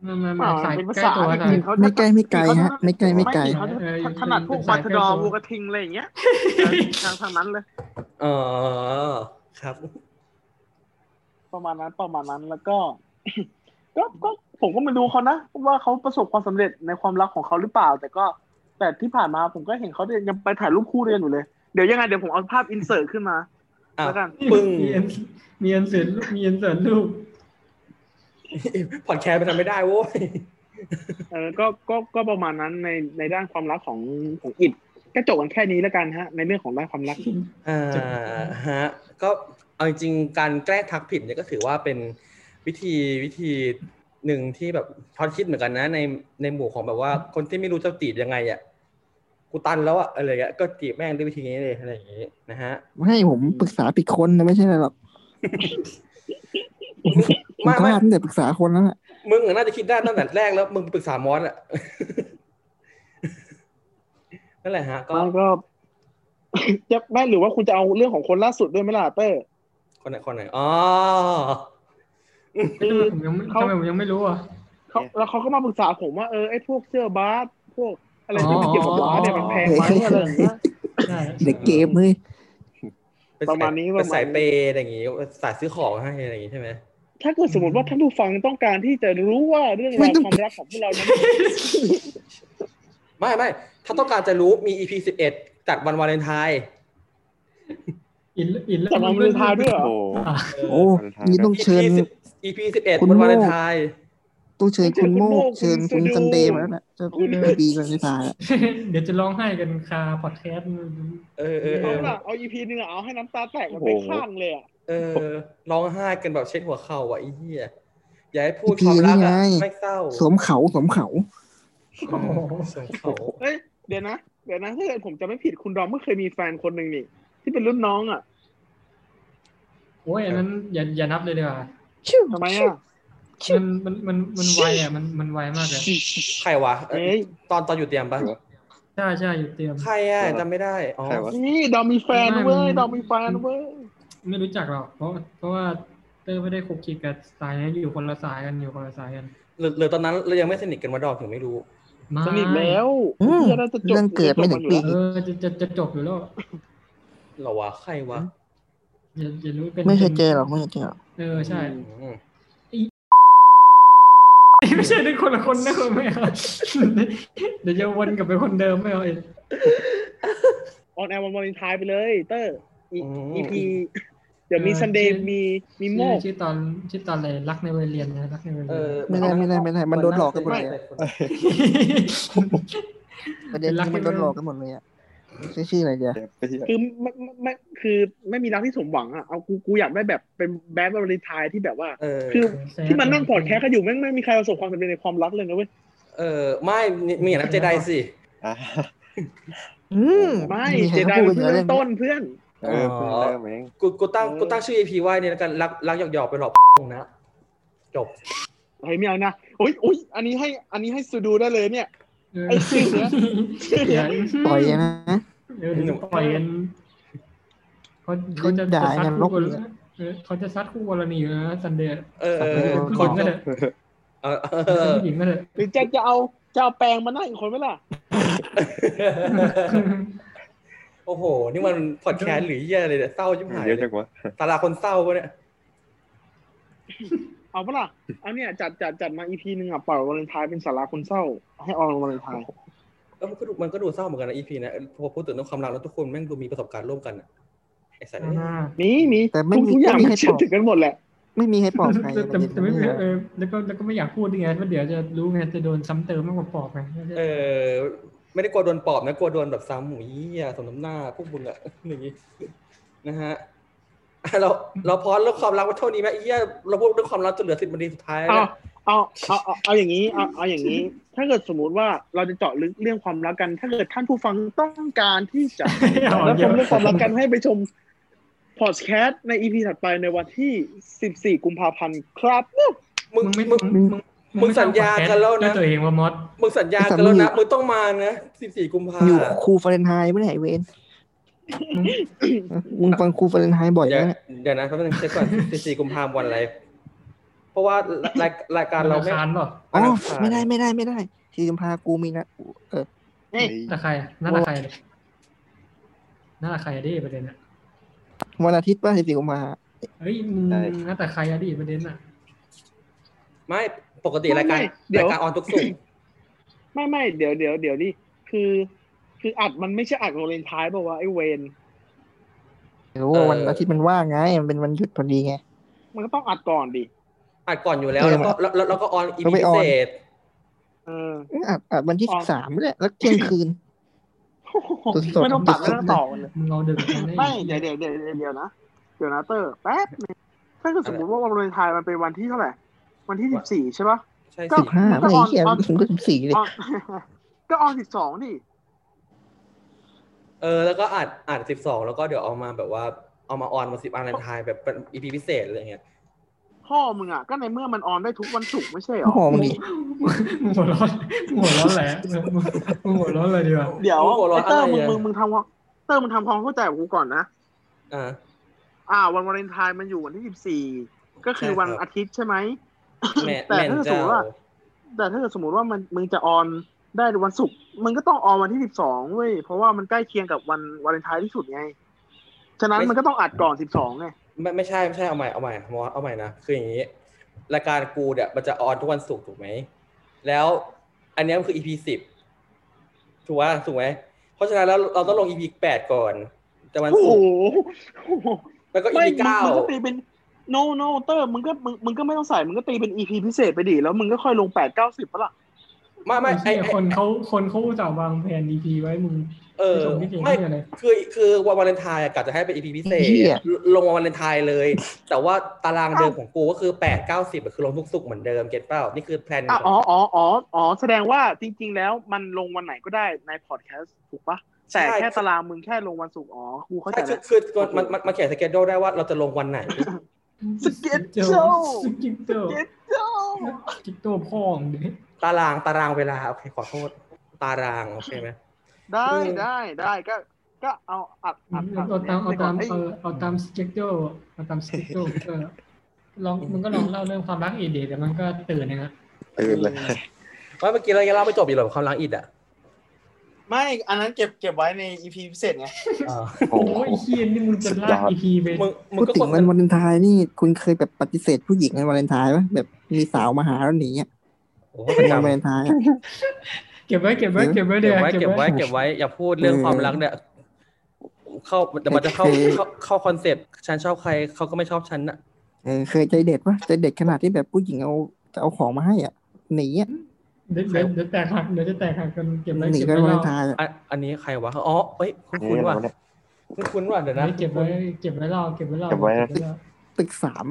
มันมัน อ่า สาย เป็นภา ใกล้ ษา ตัวนะ จริงๆเขา ไม่ไกลไม่ไกลฮะ ไม่ไกลไม่ไกล เขาจะ เอออยู่ ถนัดพวกมาเป็นสาย ทดอ ใกล้ตัว วูกระทิงอะไรอย่างเงี้ย [LAUGHS] ทางทางนั้นเลย เออครับ ประมาณนั้นประมาณนั้นแล้วก็ [COUGHS] ก็ก็ผมก็มาดูเขานะว่าเขาประสบความสำเร็จในความรักของเขาหรือเปล่า แต่ก็แต่ที่ผ่านมาผมก็เห็นเขาเนี่ยยังไปถ่ายรูปคู่ด้วยกันอยู่เลย เดี๋ยวยังไงเดี๋ยวผมเอาภาพอินเสิร์ตขึ้นมา อ่ะ แล้วกัน ปึ้ง มีเอ็นมีเอ็นเสิร์ตรูปมีเอ็นเสิร์ตรูป พอดแคสต์ไปทำไม่ได้โว้ย เออก็ก็ก็ประมาณนั้นในในด้านความรักของของอิดก็จบกันแค่นี้แล้วกันฮะ ในเรื่องของด้านความรัก อ่าฮะก็เอาจริงๆการแกล้งทักผิดเนี่ยก็ถือว่าเป็นวิธีวิธีหนึ่งที่แบบทอดคิดเหมือนกันนะในในหมู่ของแบบว่าคนที่ไม่รู้จะจีบยังไงอ่ะกูตันแล้วอ่ะอะไรอย่างเงี้ยก็จีบแม่งด้วยวิธีนี้เลยอะไรอย่างงี้นะฮะ ให้ผมปรึกษาผิดคนนะไม่ใช่อะไรหรอกผม ไม่ พ ไม่ ลาดตั้งแต่ปรึกษาคนแล้วน่ะ มึงอะน่าจะคิดได้ตั้งแต่แรกแล้ว มึงไปปรึกษามอสอ่ะ [LAUGHS] นั่นแหละฮะ ก็ แล้วก็ [COUGHS] จะแม่หรือว่าคุณจะเอาเรื่องของคนล่าสุดด้วยไหมล่ะเต้ย คนไหนคนไหนอ๋อ ทำไมผมยังไม่ เขา ทำไมผมยังไม่รู้อ่ะ เขาแล้วเขาก็มาปรึกษาผมว่าเออไอ้พวกเสื้อบาสพวกอะไรที่มันเกี่ยวกับบาสเนี่ยมันแพงไหมอะไรอย่างเงี้ย ใช่ เด็กเกมเลย เป็น ประมาณนี้ สยเป็นสาย ประมาณนี้ เปย์อะไรอย่างงี้สายซื้อของให้อะไรอย่างงี้ใช่ไหม ถ้าเกิดสมมติว่าท่านผู้ฟังต้องการที่จะรู้ว่าเรื่อง ไม่ ราว ต้อง ความรักของพวกเรานั้น [LAUGHS] ไม่ไม่ถ้าต้องการจะรู้มี EP สิบเอ็ดจัดวันวาเลนไทน์ อินอินแล้ว จะมาลือทายด้วยเหรอ โอ้โห อ่ะ โอ้นี่ต้องเชิญ EP สิบเอ็ด คุณ วัน โม่ วาเลนไทน์ ต้องเชิญคุณโมกเชิญคุณซันเดย์มาแล้วนะจะไม่ดีกันไม่ตายละ เดี๋ยวจะร้องไห้กันคาพอดแคสต์ เออเออเอ เอา อ ล่ะเอาอีพีนึงอะเอาให้น้ำตาแตกมัน โอ้ ไป โห ข้างเลยอะ เออร้องไห้กันแบบเช็ดหัวเข่าอ่ะไอ้เหี้ยอย่าให้พูดความรักอ่ะไม่เศร้า สวมเขาสวมเขา เออสวมเขา เอ้ยเดี๋ยวนะเดี๋ยวนะถ้าเกิดผมจะไม่ผิดคุณดอมก็เคยมีแฟนคนหนึ่งนี่ที่เป็นรุ่นน้องอะ โอ้ยอันนั้นอย่าอย่านับเลยดีกว่า ทำไมอะ มันมันมันมันไวอ่ะมันมันไวมากเลย ใครวะเอ่อ เอ้ย ตอนตอนอยู่เตรียมปะ เหรอ ใช่ใช่อยู่เตรียม ใครอ่ะจำไม่ได้อ๋อ ใครวะ นี่ดอมมีแฟนเว้ยดอมมีแฟนเว้ย ไม่รู้จักหรอก เพราะเพราะว่าเตอร์ไม่ได้คุกคีกับสายนั้นอยู่คนละสายกันอยู่คนละสายกัน หรือหรือตอนนั้นเรายังไม่สนิทกันมาดอกถึงไม่รู้ ไม่ สนิทแล้ว อืม เพื่อนน่าจะจบ เรื่องเกิดไม่ถึงปี เออจะจะจะจบอยู่แล้ว เหรอวะใครวะ อย่าอย่ารู้เป็น ไม่เคยเจอหรอกไม่เคยเจอหรอก เออใช่ อืม ไม่ใช่ได้คนละคนนะ [LAUGHS] ไม่เอาเดี๋ยวจะวนกลับไปคนเดิมไม่เอาอีก ออนแอร์วันวาเลนไทน์ไปเลยเตอร์ ม EP เดี๋ยวมีซันเดย์มีมีโมก ชื่อตอนชื่อตอนอะไรรักในวัยเรียนนะรักในวัย เอ เรียน อ ไม่ได้ไม่ได้ไม่ได้มันโดนหลอกกันหมดเลย ไม่ อะประเด็นคือมันโดนหลอกกันหมดเลยอะชื่อชื่ออะไรเดีย เดี๋ยวไปเหี้ย คือไม่ไม่ไม่คือไม่มีรักที่สมหวังอ่ะเอากูกูอยากได้แบบเป็นแบดวาเลนไทน์ที่แบบว่า เออ คือ ที่มันนั่งพอดแคสต์กันอยู่แม่งไม่มีใครประสบความสำเร็จในความรักเลยนะเว้ย เออไม่มีอย่างนั้นเจไดสิ อ่ะ อืม ไม่ มีใคร เจได เขาพูด มั กัน น เพิ่งเริ่มเรื่องนี้ ต้นเพื่อน เออเพิ่งเริ่มเอง กูกูตั้ง เออ กูตั้งชื่อ EP ไว้เนี่ยแล้วกันรักรักหยอกหยอกๆไปหลอกตรงนะจบ เฮ้ยไม่เอานะโอ้ยโอ้ยอันนี้ให้อันนี้ให้สตูดูได้เลยเนี่ย ไอ้ชื่อเนี้ย [LAUGHS] ต่อยนะ เออเดี๋ยวจะปล่อยกันเขาเขาจะ ด่า จะซัด กันล คู่ บ กันเออเขาจะซัดคู่วรณีอยู่นะซันเดย์ เออเออ เป็นผู้ห ค ญิ น งก็เถอะ เออเอ เป็น อ ผู้หญิงก็เถอะ หรือจะจะเอาจะเอาแปลงมาหน้าอีกคนไหมล่ะ โอ้โห นี่มันพอดแคสต์หรือเหี้ยอะไรเนี่ยเศร้าชิบหาย เยอะ เล จั ย งวะ ตาราคนเศร้าปะเนี่ย เอาปะล่ะเอาเนี่ยจัดจัดจัดมาอีพีหนึ่งอ่ะเป่าวาเลนไทน์เป็นสาระคนเศร้า ให้ออนวาเลนไทน์ เออมันก็ดูมันก็ดูเศร้าเหมือนกันนะ EP นะพอพูดถึงเรื่องความรักแล้วทุกคนแม่งดูมีประสบการณ์ร่วมกันอะไอ้สาย อ่า มีมี แต่ไม่มี ทุกอย่าง ไม่มี มัน ให้ เชื่ ต อ อบ ถึงกันหมดแหละ ไม่มีใครปลอบใคร แต่ ป แต่ ระเด็น แต่ไม่ นี้ เออแล้วก็แล้วก็ไม่อยากพูดยังไงว่าเดี๋ยวจะรู้ไงจะโดนซ้ำเติมมากกว่าปอบไง เออ ไม่ได้กลัวโดนปอบนะกลัวโดนแบบซ้ำหมูยี่อะสมน้ำหน้าพวกมึงอะ อย่างงี้นะฮะอ่ะเราเราพอเรื่องความรักไว้เท่านี้ไหมไอ้เหี้ยเราพูดเรื่องความรักจนเหลือสิบนาทีสุดท้ายแล้ว เอา เนี่ย เอาเอาเอาเอาอย่างนี้เอาเอาอย่างนี้ ถ้าเกิดสมมติว่าเราจะเจาะลึกเรื่องความรักกัน ถ้าเกิดท่านผู้ฟังต้องการที่จะ [LAUGHS] เอา แล้ว เย ช อะ มเรื่องความรักกันให้ไปชม พอดแคสต์ใน EP ถัดไปในวันที่ 14 กุมภาพันธ์ครับวู้ มึง ไม่ มึง มึง มึงสัญญากันแล้วนะ ด้วยตัวเองว่ามด มึงสัญญากันแล้วนะ มึงต้องมานะสิบสี่กุมภา อยู่ครูฟาเรนไฮต์ไม่ได้ไหนเวนมึงฟังครูฟาเรนไฮต์บ่อย เดี๋ยว นะ เดี๋ยวนะเขาต้องเช็คก่อนสิบสี่กุมภาวันอะไร เพราะว่ารายรายการเรา ธ ไม่ นาคารเปล่า อ๋อ ไม่ได้ไม่ได้ไม่ได้ทีมพากูมีนะเออ เฮ้ย น่าใครน่าละใครน่าละใครอะดิประเด็นอ่ะ วันอาทิตย์ป่ะสิบสี่กุมภา เฮ้ยมึงน่าแต่ใครอะดิประเด็นอ่ะ ไม่ปกติรายการรายการออนทุกสุกร์ ไม่ไม่เดี๋ยวเดี๋ยวเดี๋ยวดิคือ คืออัดมันไม่ใช่อัดโรเลนไท้ายบอกว่าวะไอ้เวน หรือว่าวันอาทิตย์มันว่างไง มันเป็นวันหยุดพอดีไง มันก็ต้องอัดก่อนดิ อัดก่อนอยู่แล้ว แล้วก็แล้วแล้วแล้วก็ออนอี ก็ พี ไป พิ ออน เศษ เออ เอ้ยอ่ะอ่ะวันที่ อ๋ สิ อ บสามแหละแล้วเที่ยงคืน สดๆ ไม่ต้องตัดไม่ต้องต่อกันเลย มึงเอาดึกปนี่ ไม่เดี๋ยวเดี๋ยวเดี๋ยวเดี๋ยวเดี๋ยวนะเดี๋ยวนะเตอร์แป๊บนึงถ้าเกิดสมมติว่าวันวาเลนไทน์มันเป็นวันที่เท่าไหร่ วันที่สิบสี่ใช่ปะ ใช่ ก็ สิ สิบห้าไม่เที่ยง ออน ผมก็สิบสี่เลย อ [LAUGHS] อน ก็ออนสิบสองดิ เออแล้วก็อัดอัดสิบสองแล้วก็เดี๋ยวเอามาแบบว่าเอามาออนมาสิบอันทายแบบเป็นอีพีพิเศษอะไรเงี้ย พ่อมึงอ่ะก็ในเมื่อมันออนได้ทุกวันศุกร์ไม่ใช่เหร โอ้ อ โหมึงดิ มึงหัวร้อนมึงหัวร้อนแหละมึงมึงหัวร้อนเลยดีกว่า เดี๋ยว หัวร้อน ไอ้ อะ เตอ ไร ร์มึง อะ มึงมึงทำความเตอร์มึงทำความเข้าใจกับกูก่อนนะ อ่า อ่า วันวาเลนไทน์มันอยู่วันที่สิบสี่ก็คือวัน ใช่ครับ อาทิตย์ใช่ไหม แม่ แต่ แม่น ถ้าสม เจ้าม ติว่า แต่ถ้าเกิดสมมติว่ามันมึงจะออนได้วันศุกร์มึงก็ต้องออนวันที่สิบสองเว้ยเพราะว่ามันใกล้เคียงกับวันวาเลนไทน์ที่สุดไงฉะนั้นมันก็ต้องอัดก่อนสิบสองไง ไม่ไม่ใช่ไม่ใช่เอาใหม่เอาใหม่มอเอาใหม่นะคืออย่างนี้รายการกูเนี่ยมันจะออนทุกวันศุกร์ถูกไหมแล้วอันเนี้ยมันคืออีพีสิบถูกว่าถูกไหมเพราะฉะนั้นแล้วเราต้องลงอีพีแปดก่อนแต่วัน โอ้ ศุ โห กร์แล้วก็อี ไม่ พี มึง เก้า มึงก็ตีเป็น no no เตอร์มึงก็มึงมึงก็ไม่ต้องใส่ มึงก็ตีเป็น EP พิเศษไปดิ แล้วมึงก็ค่อยลงแปดเก้าสิบปะล่ะ ไม่ไม่ไอ ไอ้ ไอ้ คนเขาคนเขาอุตส่าห์วางแผนดีพีไว้มึง เออ ส่งพี่เก่ง ไม่ ให้อะไร คือคือวันวาเลนไทน์อะกะจะให้เป็นอีพีพิเศษ เหี้ย ลงวันวาเลนไทน์เลย แต่ว่าตารางเดิมของกูก็คือแปดเก้าสิบคือลงทุกศุกร์เหมือนเดิมเก็ตเปล่านี่คือแพลน อ่ะอ๋ออ๋ออ๋ออ๋อ แสดงว่าจริง ๆ แล้วมันลงวันไหนก็ได้ในพอดแคสต์ถูกปะ แต่แค่ตารางมึงแค่ลงวันศุกร์อ๋อ กูเข้าใจ ใช่คือแล้ว คือมันมันมันเขียนสเกจโดได้ว่าเราจะลงวันไหน สเก็ตโจ สเกิตโจ สเก็ตโจ สเกิตโจพ่องดิ ตารางตารางเวลาโอเคขอโทษ ตารางโอเคไหม ได้ได้ได้ก็ ก็เอาอัดอัดอัด เอาตามเอาตาม ไอ้ เอาเอาตามสเกิตโจเอาตามสเกิตโจเออลองมึงก็ลองเล่าเรื่องความรักเอเดแต่มันก็ตื่นเลยนะ ตื่นแล้ว ว่าเมื่อกี้เรายังเล่าไม่จบอีกเหรอความรักอิดอ่ะ ไม่ อันนั้นเก็บเก็บไว้ใน EP พิเศษ [LAUGHS] ไง โอ้ โอ้ โห ยเคียนนี่มึงจะลาก สุดยอด อีพีไป มึงมึง พูด ก็ ถึ กด งวันวาเลนไทน์นี่คุณเคยแบบปฏิเสธผู้หญิงในวาเลนไทน์ปะแบบมีสาวมาหาแล้วหนีอ่ะ โอ้โห วันวาเลนไทน์อะ เก็บไว้เก็บไว้เก็บไว้เดี๋ เก็ ย บ ว ไว้ เก็ เก็ บบ ไว้ ไว้เก็บไว้อย่าพูดเรื่องความรักเนี่ยเข้าแต่มันจะเข้าเข้าเข้าคอนเซปต์ฉันชอบใครเขาก็ไม่ชอบฉันน่ะ เออเคยใจเด็ดปะใจเด็ดขนาดที่แบบผู้หญิงเอาจะเอาของมาให้อ่ะหนีอ่ะ เดี๋ยวเดี๋ยวเดี๋ยวแตกหักเดี๋ยวจะแตกหักกันเก็บไว้ หนี เก็บ กัน ไว้ วาเล เรา นไทน์อะ อันอันนี้ใครวะอ๋อเอ้ยคุณคุณว่ะ เนี่ย คุณคุณว่ะเดี๋ยวนะ เก็บไว้เก็บไว้เราเก็บไว้เรา เก็บไว้นะ เรา ตึกสาม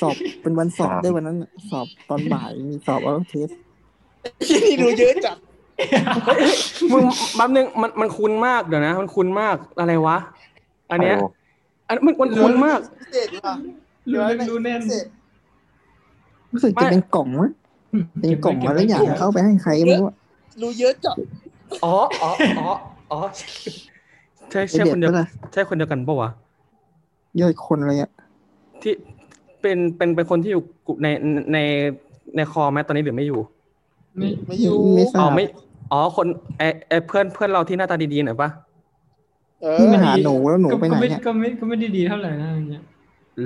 สอบเป็นวันสอบ สาม ด้วยวันนั้นอะสอบตอนบ่ายมีสอบเอาเทส ที่ดูเยอะจัด มึงแป๊บนึงมันมันคุ้นมากเดี๋ยวนะ มันคุ้นมากอะไรวะ อันเนี้ยอันมันมันคุ้นมาก พิเศษดีกว่า รู้รู้แน่น รู้สึกจะเป็นกล่องมั้งเป็นกล่องอะไรอย่างเข้าไปให้ใครไม่รู้อะ รู้เยอะจัด อ๋ออ๋ออ๋ออ๋อใช่ ใจ ใช่ เด็ ค ด นเดียว ปะล่ะ ใช่คนเดียวกันปะวะ ย่อยคนอะไรอ่ะ ที่เป็นเป็นเป็นคนที่อยู่กลุ่มในในในคอไหมตอนนี้หรือไม่อยู่ นี่ ไม่อยู่ ไม่ทรา อ๋อบ ไม่อ๋อคนไอไอเพื่อนเพื่อนเราที่หน้าตาดีๆหน่อยปะ เอ ที่ อ มาหาหนูแล้วหนู ก็ ไปไหน ก็ไม่ เนี่ย ก็ไม่ก็ไม่ได้ดีเท่าไหร่นะอย่างเงี้ย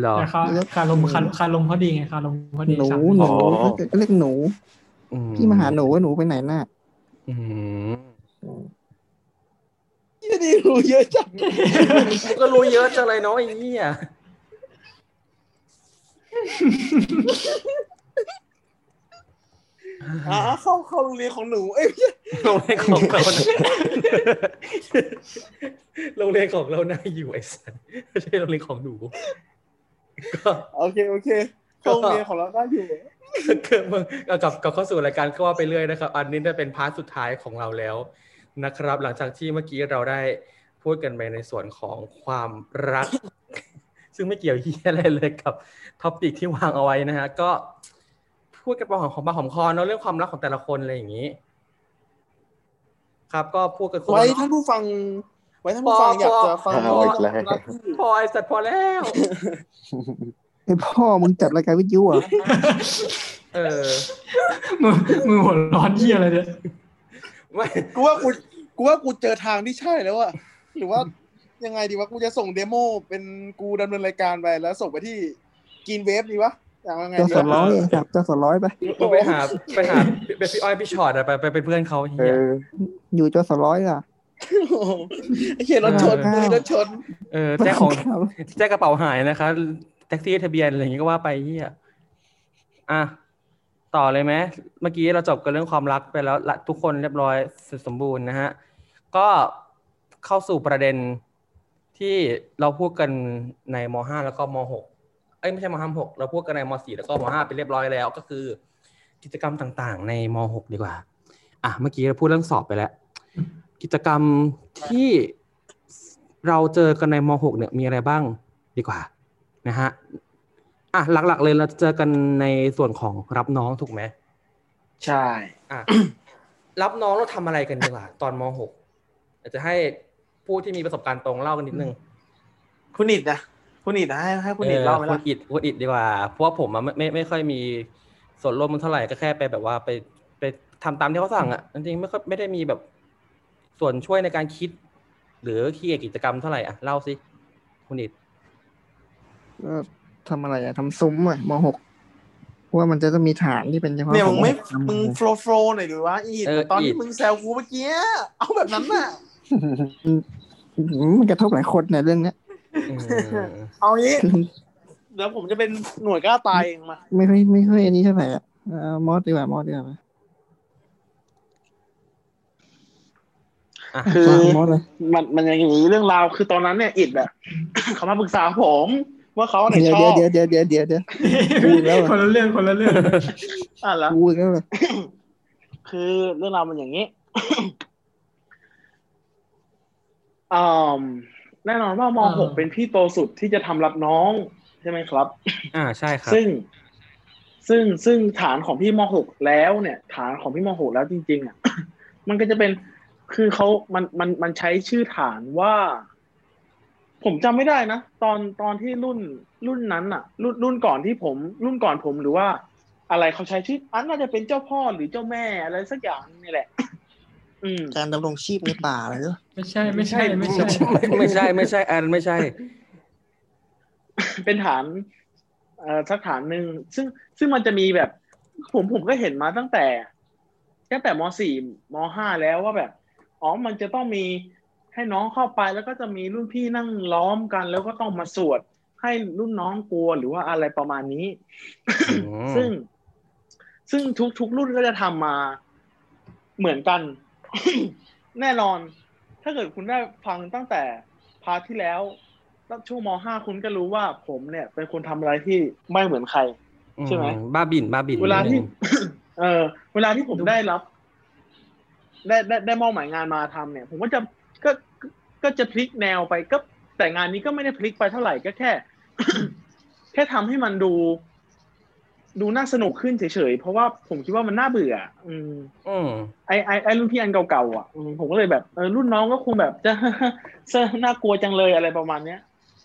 เหรอ แต่คาคารมคารคารมเขาดีไงคารมเขาดี หนู สาม หนู อ๋อ เรียกหนู อื พี่มาหาหนูว่าหนูไปไหนน่ะ อืม ยี่นี่รู้เยอะจัง มึงก็รู้เยอะจังเลยเนาะไอ้เนี่ย อ่าเข้าเข้าโรงเรียนของหนู เอ้ย โรงเรียนของเรานะโรงเรียนของเราน่าอยู่ไอ้สัสไม่ใช่โรงเรียนของหนูก็ โอเค [LAUGHS] โอเค เข้าโรงเรียนของเราได้อยู่ [LAUGHS] คือมึงเอากลับกลับเข้าสู่รายการก็ว่าไปเรื่อยนะครับ อันนี้จะเป็นพาร์ทสุดท้ายของเราแล้วนะครับ หลังจากที่เมื่อกี้เราได้พูดกันไปในส่วนของความรัก [LAUGHS] ซึ่งไม่เกี่ยวเหียอะไรเลยกับท็อปิกที่วางเอาไว้นะฮะ ก็พูดกันพอหอมคอมาหอมคอเนาะเรื่องความรักของแต่ละคนอะไรอย่างนี้ ครับ ก็พูดกันคนละ ไว้ เนาะ ท่านผู้ฟัง ไว้ท่านผู้ฟัง พอ อยากจะฟัง พ เอาอีกแล้ว พอไอสัตว์พอแล้ว ไอพ่อมึงจัดรายการวิทยุเหรอ่ะ เออ มือมือหัวร้อนเยี่ยอะไรเนี่ย [LAUGHS] ไม่ กูว่ากูกูว่ากูเจอทางที่ใช่แล้วอะหรือว่ายังไงดีวะกูจะส่งเดโมเป็นกูดำเนินรายการไปแล้วส่งไปที่กินเวฟดีวะอย่างว่าไง เจ้า ดี สอน วะ ร้อยเองครับเจ้าสอนร้อยไป มึงไปหาไปหาไปพี่อ้อยพี่ชอตอะไปไปเป็นเพื่อนเขา เอ เฮีย อ อยู่เจ้าสอนร้อยล่ะ โอ้โหไอ้เหี้ยรถชน เออ รถชน เออแจ้งของ แจ้งกระเป๋าหายนะคะแท็กซี่ทะเบียนอะไรอย่างงี้ก็ว่าไปเฮียอ่ะต่อเลยไหมเมื่อกี้เราจบกันเรื่องความรักไปแล้วละทุกคนเรียบร้อยเสร็จสมบูรณ์นะฮะ ก็เข้าสู่ประเด็นที่เราพูดกันในมห้าแล้วก็มหกเอ้ยไม่ใช่มห้ามหกเราพูดกันในมสี่แล้วก็มห้าไปเรียบร้อยแล้วก็คือ กิจกรรมต่างๆ ในมหกดีกว่า อ่ะเมื่อกี้เราพูดเรื่องสอบไปแล้ว กิจกรรมที่เราเจอกันในม .6 เนี่ยมีอะไรบ้างดีกว่านะฮะอ่ะหลักๆเลยเราจะเจอกันในส่วนของรับน้องถูกไหม ใช่ อ่ะ [COUGHS] รับน้องเราทำอะไรกันดีกว่าตอนม .6 อาจจะให้ผู้ที่มีประสบการณ์ตรงเล่ากันนิดนึง คุณอิดนะ คุณอิดนะให้ให้คุณอิดเล่าไหม คุ ล่ะ ณอิดคุณอิดดีกว่า เพราะว่าผมอะไม่ไม่ไม่ค่อยมีส่วนร่วมมันเท่าไหร่ก็แค่ไปแบบว่าไปไปทำตามที่เขาสั่งอ่ะจริงๆไม่ค่อยไม่ได้มีแบบส่วนช่วยในการคิด หรือคียกิจกรรมเท่าไหร่อ่ะเล่าสิคุณอิด ก็ทำอะไรอะทำซุ้มอะมหกเพราะว่ามันจะต้องมีฐานที่เป็นเฉพาะ เนี่ยมึงไม่ ของ มึงโฟล์โฟล์หน่อยหรือวะอีด เออ ตอน อี ที่ ท มึงแซวกูเมื่อกี้เอาแบบนั้นน่ะ หืมมันกระทบหลายคนเนี่ยเรื่องเนี้ย อืม เอางี้เดี๋ยวผมจะเป็นหน่วยกล้าตายเองมา ไม่ค่อยไม่ค่อยอันนี้เท่าไหร่อะเอ่อมอสดีกว่ามอสดีกว่าไหม อ่ะ คือ ฟังมอสเลย มันมันอย่างนี้เรื่องราวคือตอนนั้นเนี่ยอิดอะ [COUGHS] เขามาปรึกษาผมว่าเขาไหน เดี๋ยว ชอ เดี๋ยว บ เดี๋ยวเดี๋ยวเดี๋ยวเดี๋ยวเดี๋ยว พูดแล้วอะ คนละเรื่องคนละเรื่อง อ่ะแล้ว กูอีก็เลย คือเรื่องราวมันอย่างนี้ [COUGHS] อมแน่นอนว่ามหกเป็นพี่โตสุดที่จะทำรับน้อง ใช่ไหมครับ อ่าใช่ครับ ซึ่ง ซึ่งซึ่งฐานของพี่มหกแล้วเนี่ย ฐานของพี่มหกแล้วจริงๆอ่ะ [COUGHS] มันก็จะเป็นคือเขามันมันมันใช้ชื่อฐานว่า ผมจำไม่ได้นะ ตอนตอนที่รุ่นรุ่นนั้นอ่ะ รุ่นรุ่นก่อนที่ผม รุ่นก่อนผมหรือว่า อะไรเขาใช้ชื่ออันน่าจะเป็นเจ้าพ่อหรือเจ้าแม่อะไรสักอย่างนี่แหละ [COUGHS] อืม การดำรงชีพในป่าเลยเหรอ ไม่ใช่ไม่ใช่ไม่ใช่ ไม่ไม่ใช่ไม่ใช่อันไม่ใช่ [LAUGHS] เป็นฐานเอ่อสักฐานหนึ่งซึ่งซึ่งมันจะมีแบบ ผมผมก็เห็นมาตั้งแต่ ตั้งแต่มสี่มห้าแล้วว่าแบบ อ๋อมันจะต้องมีให้น้องเข้าไปแล้วก็จะมีรุ่นพี่นั่งล้อมกัน แล้วก็ต้องมาสวด ให้รุ่นน้องกลัวหรือว่าอะไรประมาณนี้ อืม ซึ่ง ซึ่งทุกทุกรุ่นก็จะทำมาเหมือน [COUGHS] กัน แน่นอน ถ้าเกิดคุณได้ฟังตั้งแต่พาร์ทที่แล้วตั้งช่วงมห้าคุณก็รู้ว่าผมเนี่ย เป็นคนทำอะไรที่ไม่เหมือนใคร ใช่ไหม อืบ้าบินบ้าบิน เวลาที่ นิดนึง เออเวลาที่ผมได้รับ ได้ได้ได้มอบหมายงานมาทำเนี่ย ผมก็จะก็ก็ก็จะพลิกแนวไปก็แต่งานนี้ก็ไม่ได้พลิกไปเท่าไหร่ก็แค่ [COUGHS] แค่ทำให้มันดู ดูน่าสนุกขึ้นเฉยๆเพราะว่าผมคิดว่ามันน่าเบื่อ อืม อืม ไอไอไอรุ่นพี่อันเก่าๆอ่ะอืมผมก็เลยแบบเออรุ่นน้องก็คงแบบจะ [LAUGHS] จะน่ากลัวจังเลยอะไรประมาณเนี้ย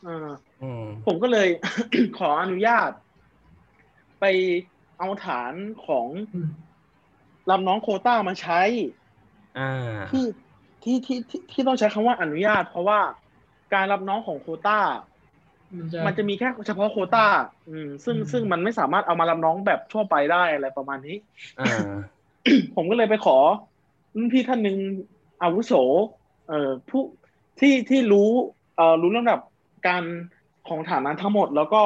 เออ อืม ผมก็เลย [COUGHS] ขออนุญาต ไปเอาฐานของ อืม ลำน้องโควต้ามาใช้ อ่า ที่ที่ที่ที่ที่ต้องใช้คำว่าอนุญาต เพราะว่าการรับน้องของโควต้า มันจะ มันจะมีแค่เฉพาะโควต้า อืม ซึ่ง อืม ซึ่งมันไม่สามารถเอามารับน้องแบบทั่วไปได้อะไรประมาณนี้ อ่า ผมก็เลยไปขอรุ่นพี่ท่านหนึ่งอาวุโส เอ่อผู้ที่ที่รู้เอ่อรู้ลำดับการของฐานนั้นทั้งหมด แล้วก็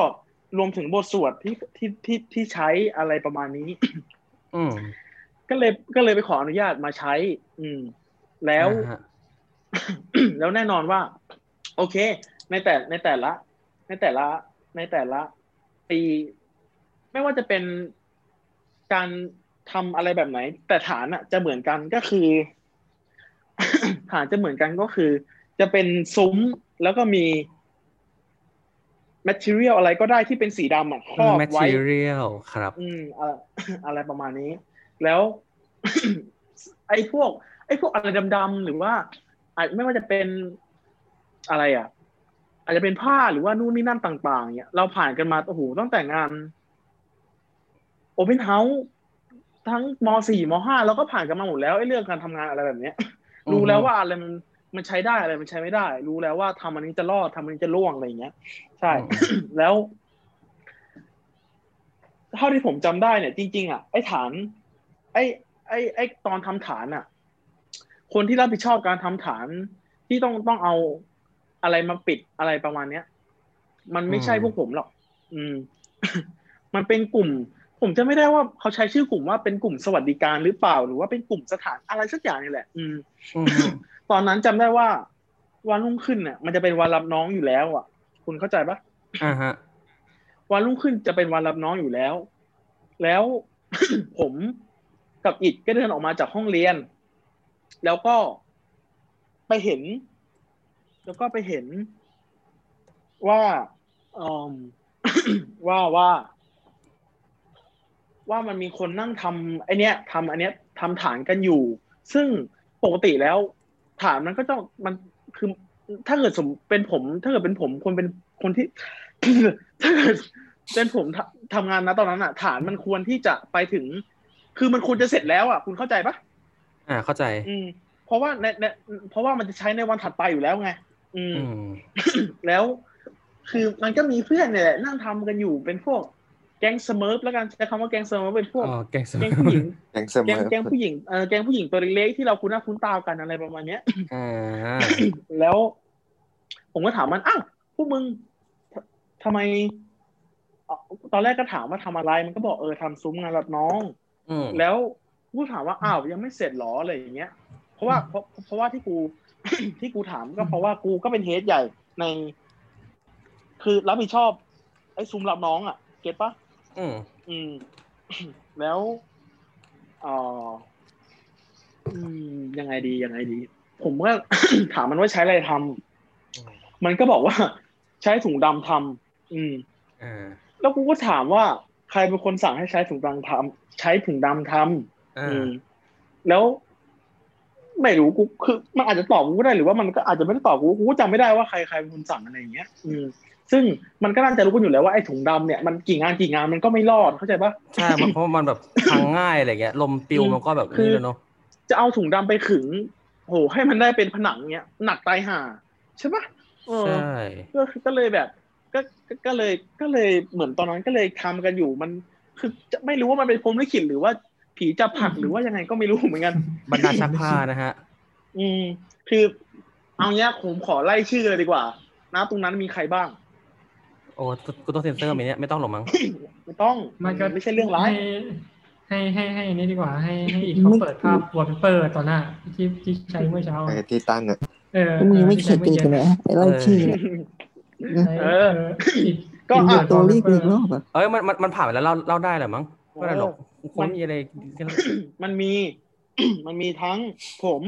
รวมถึงบทสวดที่ที่ที่ที่ใช้อะไรประมาณนี้ อืม ก็เลยก็เลยไปขออนุญาตมาใช้ อืม แล้ว อ่าฮะ แล้วแน่นอนว่า โอเค ในแต่ในแต่ละ ในแต่ละในแต่ละปี ไม่ว่าจะเป็นการทำอะไรแบบไหน แต่ฐานอะจะเหมือนกันก็คือ ฐานจะเหมือนกันก็คือ จะเป็นซุ้มแล้วก็มี material อะไรก็ได้ที่เป็นสีดำอะครอบไว้ material ครับ อืมอะไร [LAUGHS] อะไรประมาณนี้ แล้ว [COUGHS] ไอ้พวก ไอ้พวกอะไรดำๆหรือว่าอาจไม่ว่าจะเป็นอะไรอ่ะ อาจจะเป็นผ้าหรือว่านู่นนี่นั่นต่างๆเนี่ยเราผ่านกันมาโอ้โหตั้งแต่งานโอเพนเฮาส์ทั้งมสี่มห้าเราก็ผ่านกันมาหมดแล้วไอ้เรื่องการทำงานอะไรแบบเนี้ย [COUGHS] อืม รู้แล้วว่าอะไรมันมันใช้ได้อะไรมันใช้ไม่ได้ รู้แล้วว่าทำอันนี้จะรอดทำอันนี้จะล่วงอะไรอย่างเงี้ย ใช่ [COUGHS] แล้ว เท่าที่ผมจำได้เนี่ย จริง ๆ อ่ะไอ้ฐาน ไอ้ไอ้ไอ้ตอนทำฐานอ่ะ คนที่รับผิดชอบการทำฐานที่ต้องต้องเอาอะไรมาปิดอะไรประมาณเนี้ย มันไม่ใช่ อืม พวกผมหรอก อืม [LAUGHS] มันเป็นกลุ่ม ผมจะไม่ได้ว่าเขาใช้ชื่อกลุ่มว่าเป็นกลุ่มสวัสดิการหรือเปล่า หรือว่าเป็นกลุ่มสถานอะไรสักอย่างนี่แหละ อืม อืม ตอนนั้นจำได้ว่า วันรุ่งขึ้นเนี่ยมันจะเป็นวันรับน้องอยู่แล้วอ่ะ คุณเข้าใจปะ อ่าฮะ วันรุ่งขึ้นจะเป็นวันรับน้องอยู่แล้ว แล้ว [COUGHS] ผมกับอิดก็เดินออกมาจากห้องเรียน แล้วก็ไปเห็น แล้วก็ไปเห็นว่าเอม [COUGHS] ว่าว่า ว่ามันมีคนนั่งทำไอเนี้ยทำอันเนี้ยทำฐานกันอยู่ ซึ่งปกติแล้ว ฐานมันก็ต้องมันคือ ถ้าเกิดสมเป็นผม ถ้าเกิดเป็นผมคนเป็นคนที่ [COUGHS] ถ้าเกิดเป็นผมทำทำงานนะตอนนั้นอะฐานมันควรที่จะไปถึง คือมันควรจะเสร็จแล้วอะคุณเข้าใจปะ อ่าเข้าใจ อืม เพราะว่าในในเพราะว่ามันจะใช้ในวันถัดไปอยู่แล้วไง อืม อืม แล้ว คือมันก็มีเพื่อนเนี่ยแหละนั่งทำกันอยู่เป็นพวก แก๊งสเมิร์ฟแล้วกันใช้คำว่าแก๊งสเมิร์ฟเป็นพวก อ๋อแกงสม แก๊งผู้หญิง แก๊งเสม แก๊ง อ แก๊งผู้หญิงเออแก๊งผู้หญิงตัวเล็กๆที่เราคุ้นหน้าคุ้นตากันอะไรประมาณเนี้ย อ่า แล้วผมก็ถามมัน อ้าว พวกมึงททำไมเอ่อตอนแรกก็ถามว่าทำอะไร มันก็บอกเออทำซุ้มงานรับน้อง อืม แล้วกูถามว่า อ้าว ยังไม่เสร็จเหรออะไรอย่างเงี้ย เพราะว่าเพราะเพราะว่าที่กู [COUGHS] ที่กูถามก็เพราะว่ากูก็เป็นเฮดใหญ่ใน คือรับผิดชอบ ไอ้ซุ้มรับน้องอ่ะ เก็ตปะ อืม อืม [COUGHS] แล้วเอ่ออืม ยังไงดียังไงดี ผมก็ ถามมัน [COUGHS] ว่าใช้อะไรทำมันก็บอกว่า [COUGHS] ใช้ถุงดำทำอืม อ่า แล้วกูก็ถามว่า ใครเป็นคนสั่งให้ใช้ถุงดำทำใช้ถุงดำทำ อ่า อืม แล้ว ไม่รู้กูคือ มันอาจจะตอบกูก็ได้หรือว่ามันก็อาจจะไม่ได้ตอบกูกูก็จำไม่ได้ว่าใครใครเป็นคนสั่งอะไรอย่างเงี้ยอืม ซึ่งมันก็น่าจะรู้กันอยู่แล้วว่าไอ้ถุงดำเนี่ยมันกี่งานกี่งานมันก็ไม่รอดเข้าใจปะ ใช่มันเพราะมันแบบพังง่ายอะไรเงี้ย ลมปิว อืม มันก็แบบ คือ นี่แล้วเนาะ จะเอาถุงดำไปขึงโหให้มันได้เป็นผนังเนี้ยหนักตายห่าใช่ปะเออ ใช่ ก็ก็เลยแบบก็ก็ก็เลยก็เลยเหมือนตอนนั้นก็เลยทำกันอยู่มันคือจะไม่รู้ว่ามันเป็นพรหมลิขิตหรือว่าผีจะผลักหรือว่ายังไงก็ไม่รู้เหมือนกัน บรรดาชักผ้านะฮะ อืม คือเอาเนี้ยผมขอไล่ชื่อเลยดีกว่านะตรงนั้นมีใครบ้าง โอ้กูต้องเซ็นเซอร์ไหมเนี่ย ไม่ต้องหรอกมั้ง ไม่ต้อง มันก็ ไม่ใช่เรื่องร้าย ให้ให้ให้ให้อันนี้ดีกว่าให้ให้อีกเขาเปิดภาพวอลเปเปอร์ต่อหน้าที่ที่ใช้เมื่อเช้า ไอ้ที่ตั้งอ่ะ เออ มึงไม่เข็ดกันอีก เล เลย ยไอ้ไล่ชื่อเนี่ย เอออีก ก็ มึง อีอ่ะเปิดตัวรีบกูอีกรอบอ่ะ เอ้ยมันมันมันผ่านไปแล้วเล่าเล่าได้เหรอมั้งไม่ได้หรอกค มัน น มีอะไรกัน [COUGHS] มันมี มันมีทั้งผม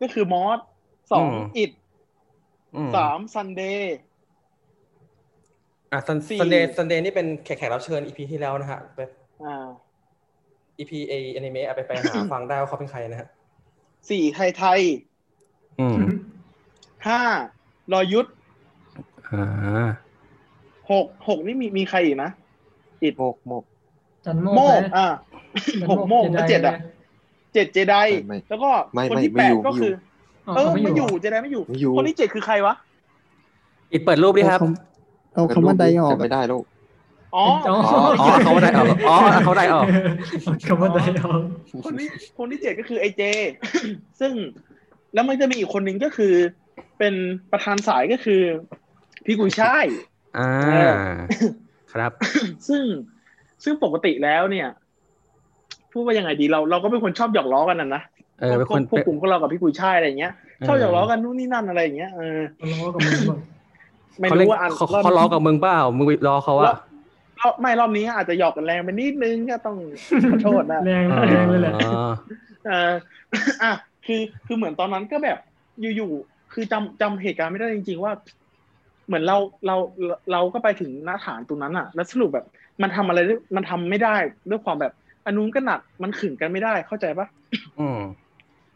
ก็คือมอสสอง อืม อิด อืม สามซันเดย์ อ่ะซัน สี่ ซันเดย์ซันเดย์นี่เป็นแขกแขกรับเชิญอีพีที่แล้วนะฮะไป อ่า EP เออนิเมะไปไป [COUGHS] หา ฟังได้ว่าเขาเป็นใครนะฮะ สี่ไทยไทย อืม ห้าลอยุทธ อ่า หกหกนี่มีมีใครอีกนะ โมกโมก จันโม โม ก กอ่าหกโมกแล้วเจ็ดอ่ะเจ็ดเจได ไม่ แล้วก็ ไม่ คนที่ ไม่ แปดไม่อยู่ ก็คือ เอ เอ อ อ ไม่ ไม่ อ อยู่ ยู่เจไดไม่อยู่ ไม่อยู่ คนที่เจ็ดคือใครวะ อีกเปิดรูปดิครับ เอาคำว่าใดออก จำไม่ได้แล้ว อ๋อ อ๋อ อ๋อเขาได้ออกอ๋อเขาได้ออก เขาได้ออก คนที่คนที่เจ็ดก็คือไอเจ ซึ่งแล้วมันจะมีอีกคนหนึ่งก็คือ เป็นประธานสายก็คือ พี่กุยช่าย อ่า เออ ครับ ซึ่งซึ่งปกติแล้วเนี่ยพูดว่ายังไงดีเราเราก็เป็นคนชอบหยอกล้อกันนะนะ เออเป็นคน พวกกลุ่มพวกเรากับพี่กุยช่ายอะไรอย่างเงี้ย เออ ชอบหยอกล้อกันนู่นนี่นั่นอะไรอย่างเงี้ยเออ ล้อกับมึงด้วย ไม่ เขาเล่น รู้ว่าอัน เขาเขาล้อกับมึงเปล่ามึงไปล้อเขา รอ อะ บรอบไม่รอบนี้อาจจะหยอกกันแรงไปนิดนึงก็ต้อง [LAUGHS] ขอโทษนะ แรงนะแรงเลยแหละ อ๋อ เอออ่ะคือคือเหมือนตอนนั้นก็แบบ อยู่ๆคือจำจำเหตุการณ์ไม่ได้จริง ๆ ว่า เหมือนเราเราเราก็ไปถึงหน้าฐานตรงนั้นอ่ะ แล้วสรุปแบบ มันทำอะไรได้มันทำไม่ได้ด้วยความแบบอันนู้นก็หนักมันขึงกันไม่ได้เข้าใจปะ อืม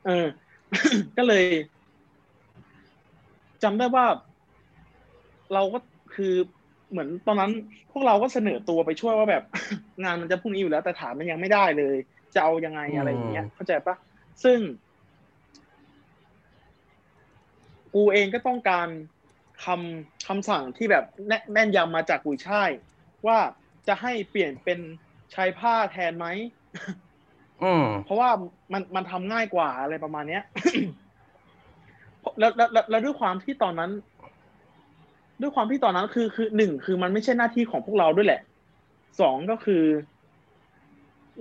เออ [COUGHS] ก็เลยจำได้ว่า เราก็คือเหมือนตอนนั้น พวกเราก็เสนอตัวไปช่วยว่าแบบ [COUGHS] งานมันจะพรุ่งนี้อยู่แล้ว แต่ถามมันยังไม่ได้เลย จะเอายังไงอะไรอย่างเงี้ย อืม เข้าใจปะซึ่ง กูเองก็ต้องการคำคำสั่งที่แบบแน่แน่นยำมาจากกุยช่าย ว่าจะให้เปลี่ยนเป็นใช้ผ้าแทนไหม อืม เพราะว่ามันมันทำง่ายกว่าอะไรประมาณเนี้ย [COUGHS] แล้วแล้วแล้วแล้วด้วยความที่ตอนนั้น ด้วยความที่ตอนนั้นคือคือหนึ่งคือมันไม่ใช่หน้าที่ของพวกเราด้วยแหละ สองก็คือ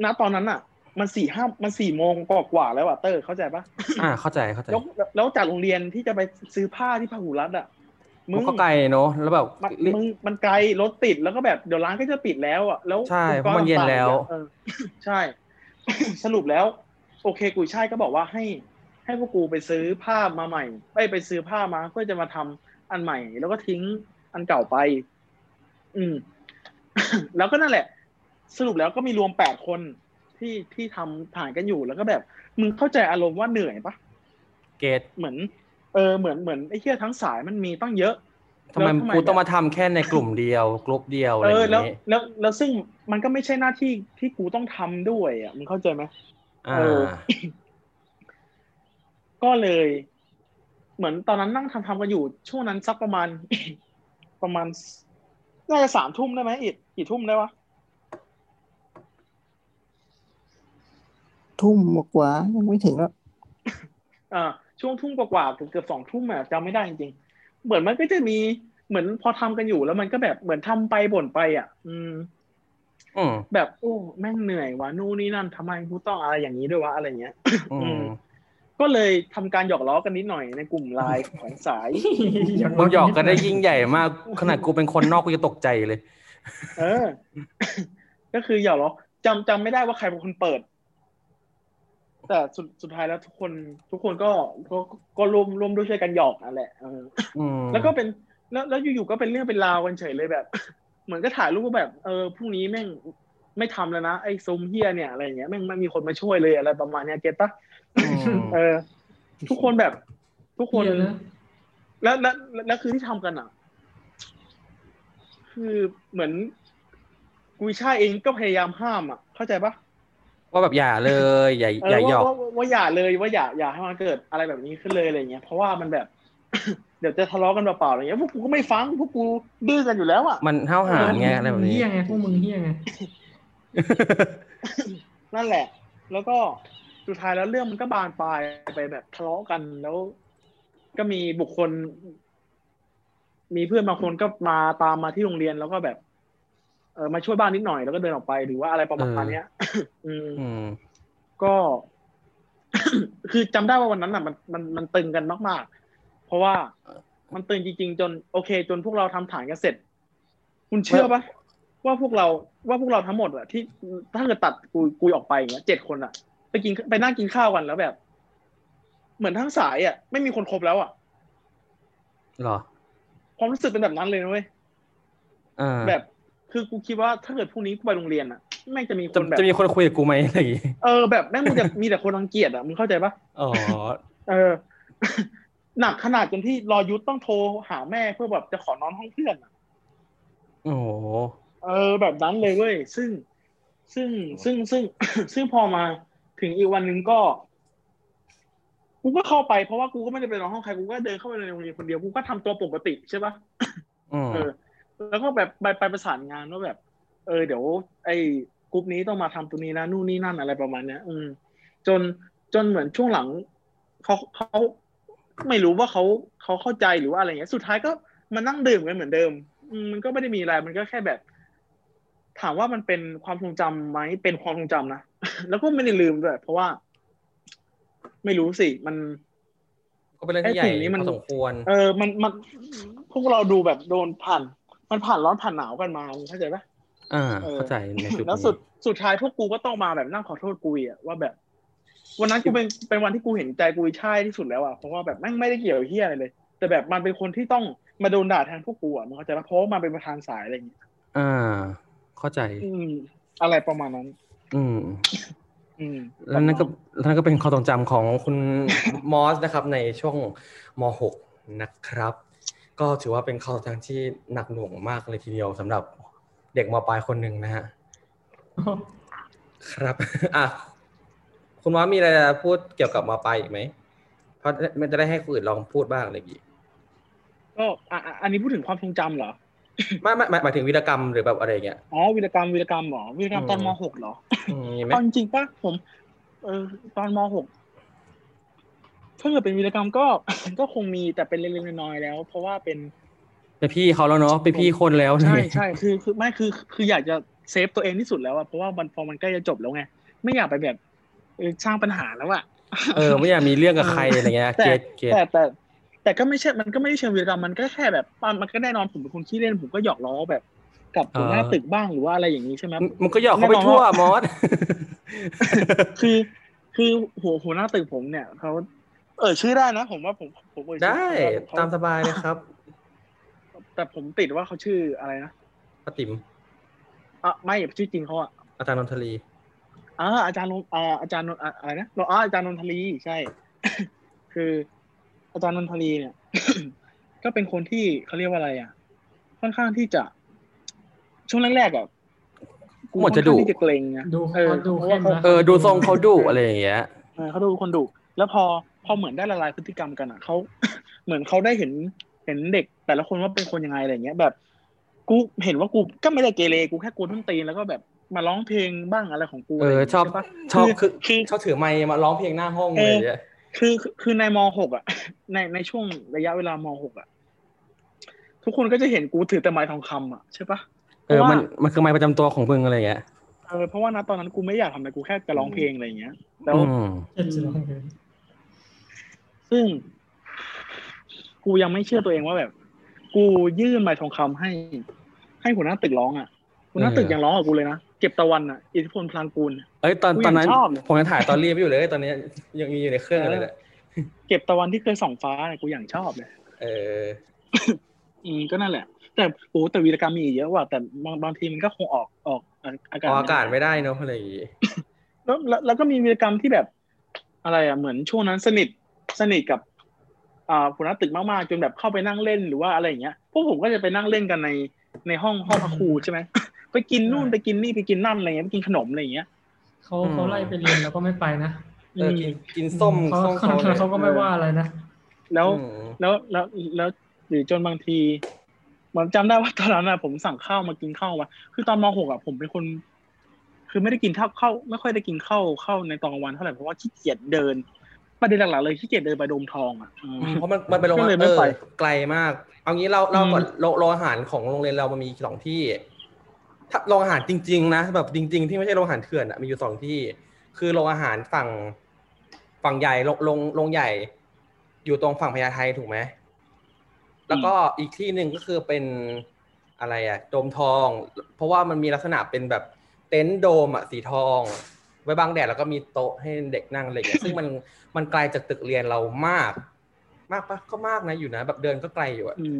ณตอนนั้นอ่ะ มันสี่ห้ามันสี่โมงกว่ากว่าๆแล้วอ่ะเตอร์เข้าใจปะ [COUGHS] อ่า เข้าใจเข้าใจ แล้วแล้วจากโรงเรียนที่จะไปซื้อผ้าที่พหุรัตน์อ่ะ มึ มัน ง ก็ไกลเนอะแล้วแบบ มันมึงมันไกลรถติดแล้วก็แบบเดี๋ยวร้านก็จะปิดแล้วอ่ะแล้ว ใช่ อุปกรณ์ เพราะมันเย็น ต่างๆ แล้ว เออ [LAUGHS] ใช่ [COUGHS] สรุปแล้ว โอเคกุยช่ายก็บอกว่าให้ ให้พวกกูไปซื้อผ้ามาใหม่ไปไปซื้อผ้ามาเพื่อจะมาทำอันใหม่ แล้วก็ทิ้งอันเก่าไป อืม [COUGHS] แล้วก็นั่นแหละ สรุปแล้วก็มีรวมแปดคนที่ที่ทำถ่ายกันอยู่แล้วก็แบบ มึงเข้าใจอารมณ์ว่าเหนื่อยปะ เกต เหมือนเออเหมือนเหมือนไอ้เหี้ยทั้งสายมันมีตั้งเยอะ ทำไม แล้ว กูต้อง แบบ มาทำแค่ในกลุ่มเดียวกลุ่มเดียวอะ เอ ไรอ อย่างแล้ว งี้ แล้วแล้วซึ่งมันก็ไม่ใช่หน้าที่ที่กูต้องทำด้วยอ่ะมึงเข้าใจไหม อ่า เออ ก็เลย เหมือนตอนนั้นนั่งทำทำกันอยู่ ช่วงนั้นสักประมาณ [LAUGHS] ประมาณน่าจะสามทุ่มได้ไหมอิดกี่ทุ่มได้วะ ทุ่มกว่ายังไม่ถึงแล้ว อ่าช่วงทุ่มกว่าๆเกือบเกือบสองทุ่มอ่ะจำไม่ได้จริงๆเหมือนมันก็จะมีเหมือนพอทำกันอยู่แล้วมันก็แบบเหมือนทำไปบ่นไปอ่ะ อืม อืม แบบโอ้แม่งเหนื่อยวะนู่นนี่นั่นทำไมกูต้องอะไรอย่างนี้ด้วยวะอะไรเงี้ย อื อื ม ม ก็เลยทำการหยอกล้อกันนิดหน่อยในกลุ่มไลน์ของสาย มึงหยอกกันได้ยิ่งใหญ่มาก ขนาดกูเป็นคนนอกกูจะตกใจเลย เออ ก็คือหยอกล้อจำจำไม่ได้ว่าใครเป็นคนเปิด แต่สุดสุดท้ายแล้วทุกคนทุกคนก็ก็ก็ร่วมร่วมด้วยช่วยกันหยอกนั่นแหละเออ อืม แล้วก็เป็นแล้วแล้วอยู่ๆก็เป็นเรื่องเป็นราวกันเฉยเลยแบบ เหมือนก็ถ่ายรูปว่าแบบเออพรุ่งนี้แม่งไม่ทำแล้วนะไอ้ซุมเฮียเนี่ยอะไรอย่างเงี้ยแม่งไม่มีคนมาช่วยเลยอะไรประมาณเนี้ยเก็ตปะ อืม เออ ทุกคนแบบ ทุกคน เดี๋ยวนะ แล้วแล้วแล้วแล้วคือที่ทำกันอ่ะ คือเหมือนกุยช่ายเองก็พยายามห้ามอ่ะ เข้าใจปะ ว่าแบบอย่าเลยอย่า เอ อย่า อ หยอ ว่าก ว่าว่าว่าอย่าเลยว่าอย่าอย่าให้มันเกิดอะไรแบบนี้ขึ้นเลยอะไรอย่างเงี้ยเพราะว่ามันแบบ เดี๋ยวจะทะเลาะกันเปล่าๆอะไรเงี้ยพวกกูก็ไม่ฟังพวกกูดื้อกันอยู่แล้วอ่ะ มันห้าวหาญไงอะไรแบบ มึง นี้ เฮี้ยไงพวกมึงเฮี้ยไง นั่นแหละ แล้วก็สุดท้ายแล้วเรื่องมันก็บานปลายไปแบบทะเลาะกันแล้ว ก็มีบุคคล มีเพื่อนบางคนก็มาตามมาที่โรงเรียนแล้วก็แบบ เออมาช่วยบ้านนิดหน่อยแล้วก็เดินออกไปหรือว่าอะไรประมาณเนี้ย [COUGHS] อืม อืม ก็ [COUGHS] คือจำได้ว่าวันนั้นอ่ะ มันมันมันตึงกันมากๆ เพราะว่ามันตึงจริง ๆ จน โอเค จนพวกเราทำฐานกันเสร็จ คุณเชื่อปะว่าพวกเราว่าพวกเราทั้งหมดอะที่ถ้าเกิดตัดกูกูออกไปอย่างเงี้ยเจ็ดคนอะไปกินไปนั่งกินข้าวกันแล้วแบบ เหมือนทั้งสายอะไม่มีคนครบแล้วอะ เหรอ ความรู้สึกเป็นแบบนั้นเลยนะเว้ย อ่า แบบ คือกูคิดว่าถ้าเกิดพรุ่งนี้กูไปโรงเรียนอะแม่งจะมีค จะ นแบบ จะมีคนคุยกับกูไหมอะไรอย่างงี้ เออแบบแม่งมึงจะมีแต่คนรังเกียจอะมึงเข้าใจปะ อ๋อ เออ [LAUGHS] หนักขนาดจนที่รอยุทธต้องโทรหาแม่เพื่อแบบจะขอนอนห้องเพื่อนอะ โอ้โห เออ แบบนั้นเลยเว้ย ซึ่งซึ่งซึ่งซึ่ง [COUGHS] ซึ่งพอมาถึงอีกวันหนึ่งก็ กูก็เข้าไปเพราะว่ากูก็ไม่ได้ไปนอนห้องใครกูก็เดินเข้าไปในโรงเรียนคนเดียวกูก็ทำตัวปกติใช่ปะ อืม เออแล้วก็แบบไปไปประสานงานว่าแบบ เออ เดี๋ยว ไอ้กลุ่มนี้ต้องมาทำตัวนี้นะนู่นนี่นั่นอะไรประมาณเนี้ย อืม จนจนเหมือนช่วงหลังเขาเขาไม่รู้ว่าเขาเขาเข้าใจหรือว่าอะไรเงี้ย สุดท้ายก็มานั่งดื่มกันเหมือนเดิม อืมมันก็ไม่ได้มีอะไรมันก็แค่แบบ ถามว่ามันเป็นความทรงจำไหมเป็นความทรงจำนะ [LAUGHS] แล้วก็ไม่ได้ลืมด้วยเพราะว่า ไม่รู้สิมัน ก็เป็นเรื่องที่ใหญ่ไอ้สิ่งนี้มัน พอสมควร เออ มัน มัน พวกเราดูแบบโดนผ่าน มันผ่านร้อนผ่านหนาวกันมาเข้าใจปะ อ่า เออ เข้าใจในจุด แล้ว นี้ สุด สุดท้ายพวกกูก็ต้องมาแบบนั่งขอโทษกูอีกอะว่าแบบ วันนั้นกูเป็น เป็นวันที่กูเห็นใจกูใช่ที่สุดแล้วอ่ะ เพราะว่าแบบแม่งไม่ได้เกี่ยวเฮียอะไรเลย แต่แบบมันเป็นคนที่ต้อง มาโดนด่าแทนพวกกูอ่ะมึงเข้าใจปะเพราะว่ามันเป็นประธานสายอะไรอย่างเงี้ย อ่า เข้าใจ อืม อะไรประมาณนั้น อืม อืม แล้วนั่นก็แล้วนั่นก็เป็นความทรงจำของคุณ มอสนะครับ ในช่วงม .6 นะครับ ก็ถือว่าเป็นความทรงจำที่หนักหน่วงมากเลยทีเดียวสำหรับเด็กมปลายคนหนึ่งนะฮะ ครับ [LAUGHS] อ่ะ คุณมอสมีอะไรจะพูดเกี่ยวกับมปลายอีกไหม เพราะมันจะได้ให้คนอื่นลองพูดบ้างอะไรอย่างงี้ ก็อ่ะอ่ะอันนี้พูดถึงความทรงจำเหรอ ไม่ไม่หมายหมายถึงวิรกรรมหรือแบบอะไรอย่างเงี้ย อ๋อวีรกรรมวีรกรรมเหรอวีรกรรมตอน อืม มหกเหรอ อืมมีไหม ตอนจริงๆป่ะผม เออตอนมหกถ้าเกิดเป็นวีรกรรมก็ [LAUGHS] ก็คงมีแต่เป็นเล็กๆน้อยๆแล้ว เพราะว่าเป็น เป็นพี่เขาแล้วเนาะเป็นพี่คนแล้วนี่ ใช่ใช่คือคือไม่คือคืออยากจะเซฟตัวเองที่สุดแล้วอะเพราะว่ามันพอมันใกล้จะจบแล้วไง ไม่อยากไปแบบเออสร้างปัญหาแล้วอะ เออ ไม่อยากมีเรื่องกับใครอะไรเงี้ย เก แต่ ลียดเกลียด [LAUGHS] แต่แต่ แต่ก็ไม่ใช่ มันก็ไม่ได้เชิงวีรกรรมมันก็แค่แบบมันมันก็แน่นอนผมเป็นคนขี้เล่นผมก็หยอกล้อแบบ กับหัวหน้าตึกบ้างหรือว่าอะไรอย่างนี้ใช่ไหม มันก็หยอกเขาไปทั่วมอส [LAUGHS] คือคือหัวหัวหน้าตึกผมเนี่ยเขาเออชื่อได้นะ ผมว่าผมผมเออชื่อ ได้ เข ตามสบายเลยครับ แต่ผมติดว่าเขาชื่ออะไรนะ ป้าติ๋ม อ่ะไม่ชื่อจริงเขาอ่ะ อาจารย์นนทลี อ่าอาจารย์นนอ่าอาจารย์นนอ่ะอะไรนะอ๋ออาจารย์นนทลีใช่ [COUGHS] คืออาจารย์นนทลีเนี่ย [COUGHS] ก็เป็นคนที่เขาเรียกว่าอะไรอ่ะ ค่อนข้างที่จะ ช่วงแรกๆอ่ะ กูเหมือนจะดุ ค่ข้างที่จะเกรงนะ ดู เออ เขาดูเข้ม เพราะว่า นะ เขา เออดูทรงเขาดุอะไรอย่างเงี้ย เออเขาดูคนดุแล้วพอพอเหมือนได้ละลายพฤติกรรมกันอ่ะเขา [LAUGHS] เหมือนเขาได้เห็นเห็นเด็ก แต่ละคนว่าเป็นคนยังไงอะไรเงี้ยแบบ กูเห็นว่ากูก็ไม่ได้เกเรกูแค่กูทุ่นตีนแล้วก็แบบมาร้องเพลงบ้างอะไรของกู เออ อะไรย่างงี้ ชอบ ใปะ ชอบ คื คือ อคือ ชอบถือไมค์มาร้องเพลงหน้าห้องเลยางเงี้ย คือคือคือในมหกอ่ะ [LAUGHS] ในในช่วงระยะเวลามหกอ่ะทุกคนก็จะเห็นกูถือแต่ไม้ทองคำอ่ะใช่ปะ เออมันมันคือไมค์ประจำตัวของมึงอะไรอย่างเงี้ย เออเพราะว่านะตอนนั้นกูไม่อยากทำอะไรกูแค่จะร้องเพลงอะไรอย่างเงี้ยแล้ว อืม เจ็ดสิบกว่าเปอร์เซ็นต์ ซึ่ง กูยังไม่เชื่อตัวเองว่าแบบ กูยื่นใบทองคำให้ ให้หัวหน้าตึกร้องอ่ะหัวหน้าตึกยังร้องกับกูเลยนะเก็บตะวันอ่ะอิทธิพลพลังกูล เอ้ยตอน กูตยังอนนั้น ชอบเลย ผมยังถ่ายตอนเรียนอยู่เลยตอนนี้ยังมีอยู่ในเครื่องอะไรเลย เก็บตะวันที่เคยส่องฟ้าเนี่ยกูอย่างชอบเลย เออ อืมก็นั่นแหละ แต่โอ้แต่วีรกรรมมีอีกเยอะว่ะแต่บางบางทีมันก็คงออกออกออกอกอาาศ อกอากาศไม่ได้เนอะอะไรอย่างงี้ แล้วแล้วแล้วก็มีวีรกรรมที่แบบ อะไรอ่ะเหมือนช่วงนั้นสนิทสนิทกับ อ่าหัวหน้าตึกมากๆจนแบบเข้าไปนั่งเล่นหรือว่าอะไรอย่างเงี้ยพวกผมก็จะไปนั่งเล่นกันในในห้องห้องพักครูใช่ไหม ไปกินนู่นไปกินนี่ไปกินนั่นอะไรเงี้ยไปกินขนมอะไรอย่างเงี้ย เขาเขาไล่ไปเรียนแล้วก็ไม่ไปนะ เออกินกินส้ม เขา ส้มเขาเลย เขาก็ไม่ว่าอะไรนะ แล้ว อืม แล้วแล้วแล้วหรือจนบางทีผมจำได้ว่าตอนนั้นนะผมสั่งข้าวมากินข้าวมาคือตอนมหกอ่ะผมเป็นคน คือไม่ได้กินข้าวเข้าวไม่ค่อยได้กินข้าวเข้าวในตอนกลางวันเท่าไหร่เพราะว่าขี้เกียจเดิน ประเด็นหลักๆเลยขี้เกียจเดินไปโดมทองอ่ะอืม เพราะมันมันไปโรง ก็เลยไม่ เออ ไป ไกลมาก เอางี้เราเรา อืม ก่อนโรงโรงอาหารของโรงเรียนเรามันมีสองที่ ถ้าโรงอาหารจริง ๆ นะแบบจริง ๆ ที่ไม่ใช่โรงอาหารเถื่อนอะมีอยู่สองที่ คือโรงอาหารฝั่งฝั่งใหญ่โรงโรงโรงใหญ่ อยู่ตรงฝั่งพญาไทถูกไหม แล้วก็อีกที่หนึ่งก็คือเป็นอะไรอะโดมทอง เพราะว่ามันมีลักษณะเป็นแบบเต็นท์โดมอะสีทอง ไว้บังแดดแล้วก็มีโต๊ะให้เด็กนั่งอะไรอย่างเงี้ยซึ่งมันมันไกลจากตึกเรียนเรามาก มากปะก็มากนะอยู่นะ แบบเดินก็ไกลอยู่อะ อืม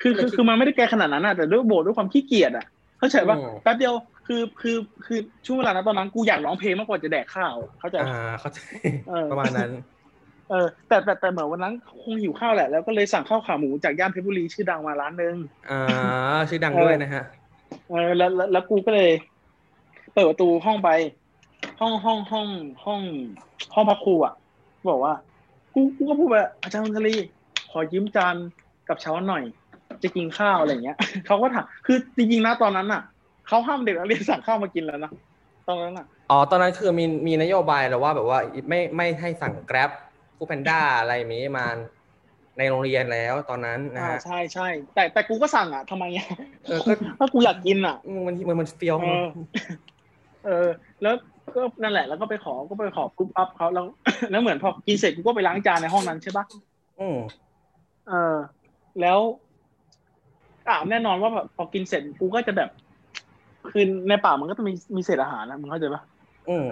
คือคือคือมันไม่ได้ไกลขนาดนั้นอะแต่ด้วยโบสถ์ด้วยความขี้เกียจอะเข้าใจปะ อืม แป๊บเดียวคือคือคือช่วงเวลานั้นตอนนั้นกูอยากร้องเพลงมากกว่าจะแดกข้าวอะเข้าใจปะ อ่าเขาใจ เออ ประมาณนั้น เออแต่แต่แต่เหมือนวันนั้นคงหิวข้าวแหละ แล้วก็เลยสั่งข้าวขาหมูจากย่านเพชรบุรีชื่อดังมาร้านนึง อ่าชื่อดังด้วยนะฮะ เออแล้วแล้วแล้วกูก็เลย เปิดประตูห้องไป ห้องห้องห้องห้องห้องพักครูอ่ะบอกว่า กูกูก็พูดไปอาจารย์นนทลีขอยืมจานกับช้อนหน่อย จะกินข้าวอะไรอย่างเงี้ย [LAUGHS] เขาก็ถามคือจริงๆนะตอนนั้นน่ะเขาห้ามเด็กนักเรียนสั่งข้าวมากินแล้วนะตอนนั้นน่ะ อ๋อ ตอนนั้นคือมีมีนโยบายแล้วว่าแบบว่าไม่ไม่ให้สั่งแกร็บกูแพนด้าอะไรมีมาในโรงเรียนแล้วตอนนั้นนะ อ่า ฮะ ใช่ใช่แต่แต่กูก็สั่งอ่ะทำไมอ่ะ [LAUGHS] เออก็ ถ้ากูอยากกินอ่ะ อืมมันมันมันเฟี้ยว เออ เออ แล้วก็นั่นแหละ แล้วก็ไปขอ ก็ไปขอกรุ๊ปอัพเขาแล้ว [COUGHS] แล้วเหมือนพอกินเสร็จกูก็ไปล้างจานในห้องนั้นใช่ปะ อืม เออ แล้ว อ่าแน่นอนว่าแบบพอกินเสร็จกูก็จะแบบ คือในปากมันก็ต้องมีมีเศษอาหารนะมึงเข้าใจปะ อืม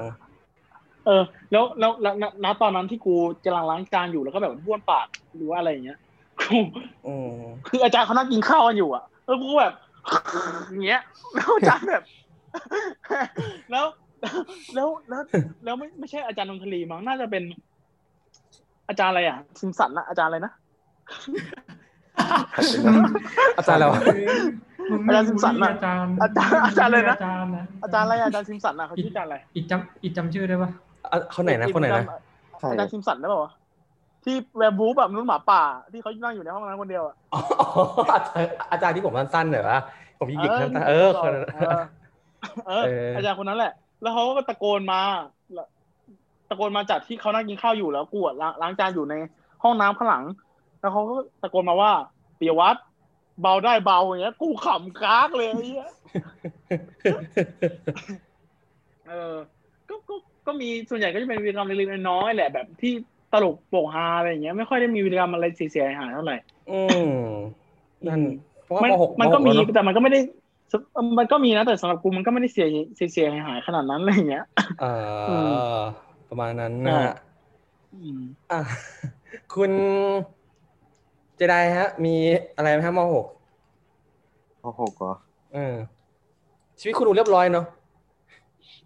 เออ แล้วแล้วแล้วณณตอนนั้นที่กูกำลังล้างจานอยู่แล้วก็แบบบ้วนปากหรือว่าอะไรอย่างเงี้ย กู กู อืม คืออาจารย์เขานั่งกินข้าวกันอยู่อ่ะ แล้วกูแบบ อย่างเงี้ย แล้วอาจารย์แบบ [LAUGHS] แล้ว แล้วแล้วแล้วไม่ไม่ใช่อาจารย์นนทลีมั้งน่าจะเป็น อาจารย์อะไรอ่ะซิมสันนะอาจารย์อะไรนะ อาจารย์เรา มึง อาจารย์สิมสันน่ะ อาจารย์ อาจารย์อาจารย์เลยนะ อาจารย์นะ อาจารย์อะไรอะอาจารย์ซิมสันอ่ะเขาชื่ออาจารย์อะไร อีกจำอีกจำชื่อได้ปะ อ่ะเขาไหนนะเขาไหนนะ ใช่ อาจารย์ซิมสันได้ป่าวะที่แวร์บูฟแบบนุ่นหมาป่า ที่เขานั่งอยู่ในห้องนั้นคนเดียวอ่ะ [LAUGHS] อ๋ออาจารย์อาจารย์ที่ผมสั้นๆหน่อยวะผมยิงหยิกๆสั้นๆเออคนนั้น เออเออ เอออ อาจารย์คนนั้นแหละ แล้วเขาก็ตะโกนมาแล้วตะโกนมาจากที่เขานั่งกินข้าวอยู่แล้วกูอะล้างล้างจานอยู่ในห้องน้ำข้างหลัง แล้วเขาก็ตะโกนมาว่าเปียวัตรเบาได้เบาอย่างเงี้ย กูขำก้ากเลยไอ้เหี้ยเออ ก็ก็ก็มีส่วนใหญ่ก็จะเป็นวีรกรรมเล็กๆน้อยๆแหละแบบที่ตลกโปกฮาอะไรอย่างเงี้ยไม่ค่อยได้มีวีรกรรมอะไรเสียหายเท่าไหร่ อืมนั่นเพราะว่า มัน ปหก มันก็มี ปหแล้วเอะ แต่มันก็ไม่ได้สำเอ่อมันก็มีนะแต่สำหรับกูมันก็ไม่ได้เสียเสียเสียหายหายขนาดนั้นอะไรอย่างเงี้ย เอ่ออ ม ประมาณนั้นนะฮะ อ่า อืม อ่ะ [LAUGHS] คุณเจไดฮะ มีอะไรไหมฮะมหก มหกเหรอ เออชีวิตคุณดูเรียบร้อยเนาะ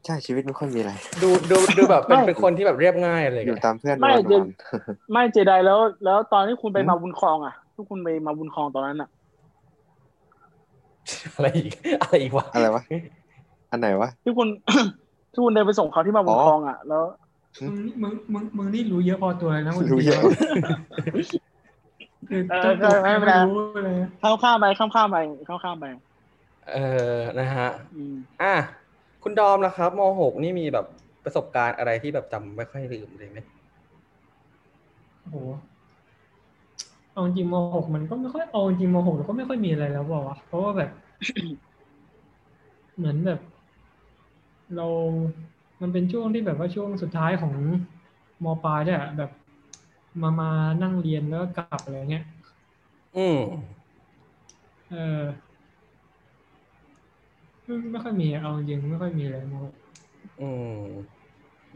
ใช่ชีวิตไม่ค่อยมีอะไร ดูดูดูแบบเป็นเป็นคนที่แบบเรียบง่ายอะไรอย่าง อยู่ เงี้ย ตามเพื่อนวันวัน ไม่เจไดแล้ว แล้วตอนที่คุณไปมาบุญคลองอ่ะทุกคุณไปมาบุญคลองตอนนั้นอ่ะ อะไรอีก [LAUGHS] อะไรอีกวะ [LAUGHS] อะไรวะ อันไหนวะ ที่คุณ [COUGHS] ที่คุณเดินไปส่งเขาที่มาบุญคลองอ่ะแล้ว อืม มึงมึงมึงมึงนี่รู้เยอะพอตัวเลยนะมึง รู้เยอะ คือ เออ เจ้าตัว ไม่เป็นไร รู้เลย ข้ามข้ามไปข้ามข้ามไปข้ามข้ามไป เออนะฮะ อืม อ่ะคุณดอมนะครับมหกนี่มีแบบประสบการณ์อะไรที่แบบจำไม่ค่อยลืมเลยไหม โอ้โหเอาจริงมหกมันก็ไม่ค่อยเอาจริงมหกเราก็ไม่ค่อยมีอะไรแล้วบอกว่าวะเพราะว่าแบบ [COUGHS] เหมือนแบบ เรา มันเป็นช่วงที่แบบว่าช่วงสุดท้ายของมปลายเนี่ยแบบ มามานั่งเรียนแล้วก็กลับอะไรเงี้ย อืม เออไม่ไม่ค่อยมีเอาจริงไม่ค่อยมีอะไรมหก อืม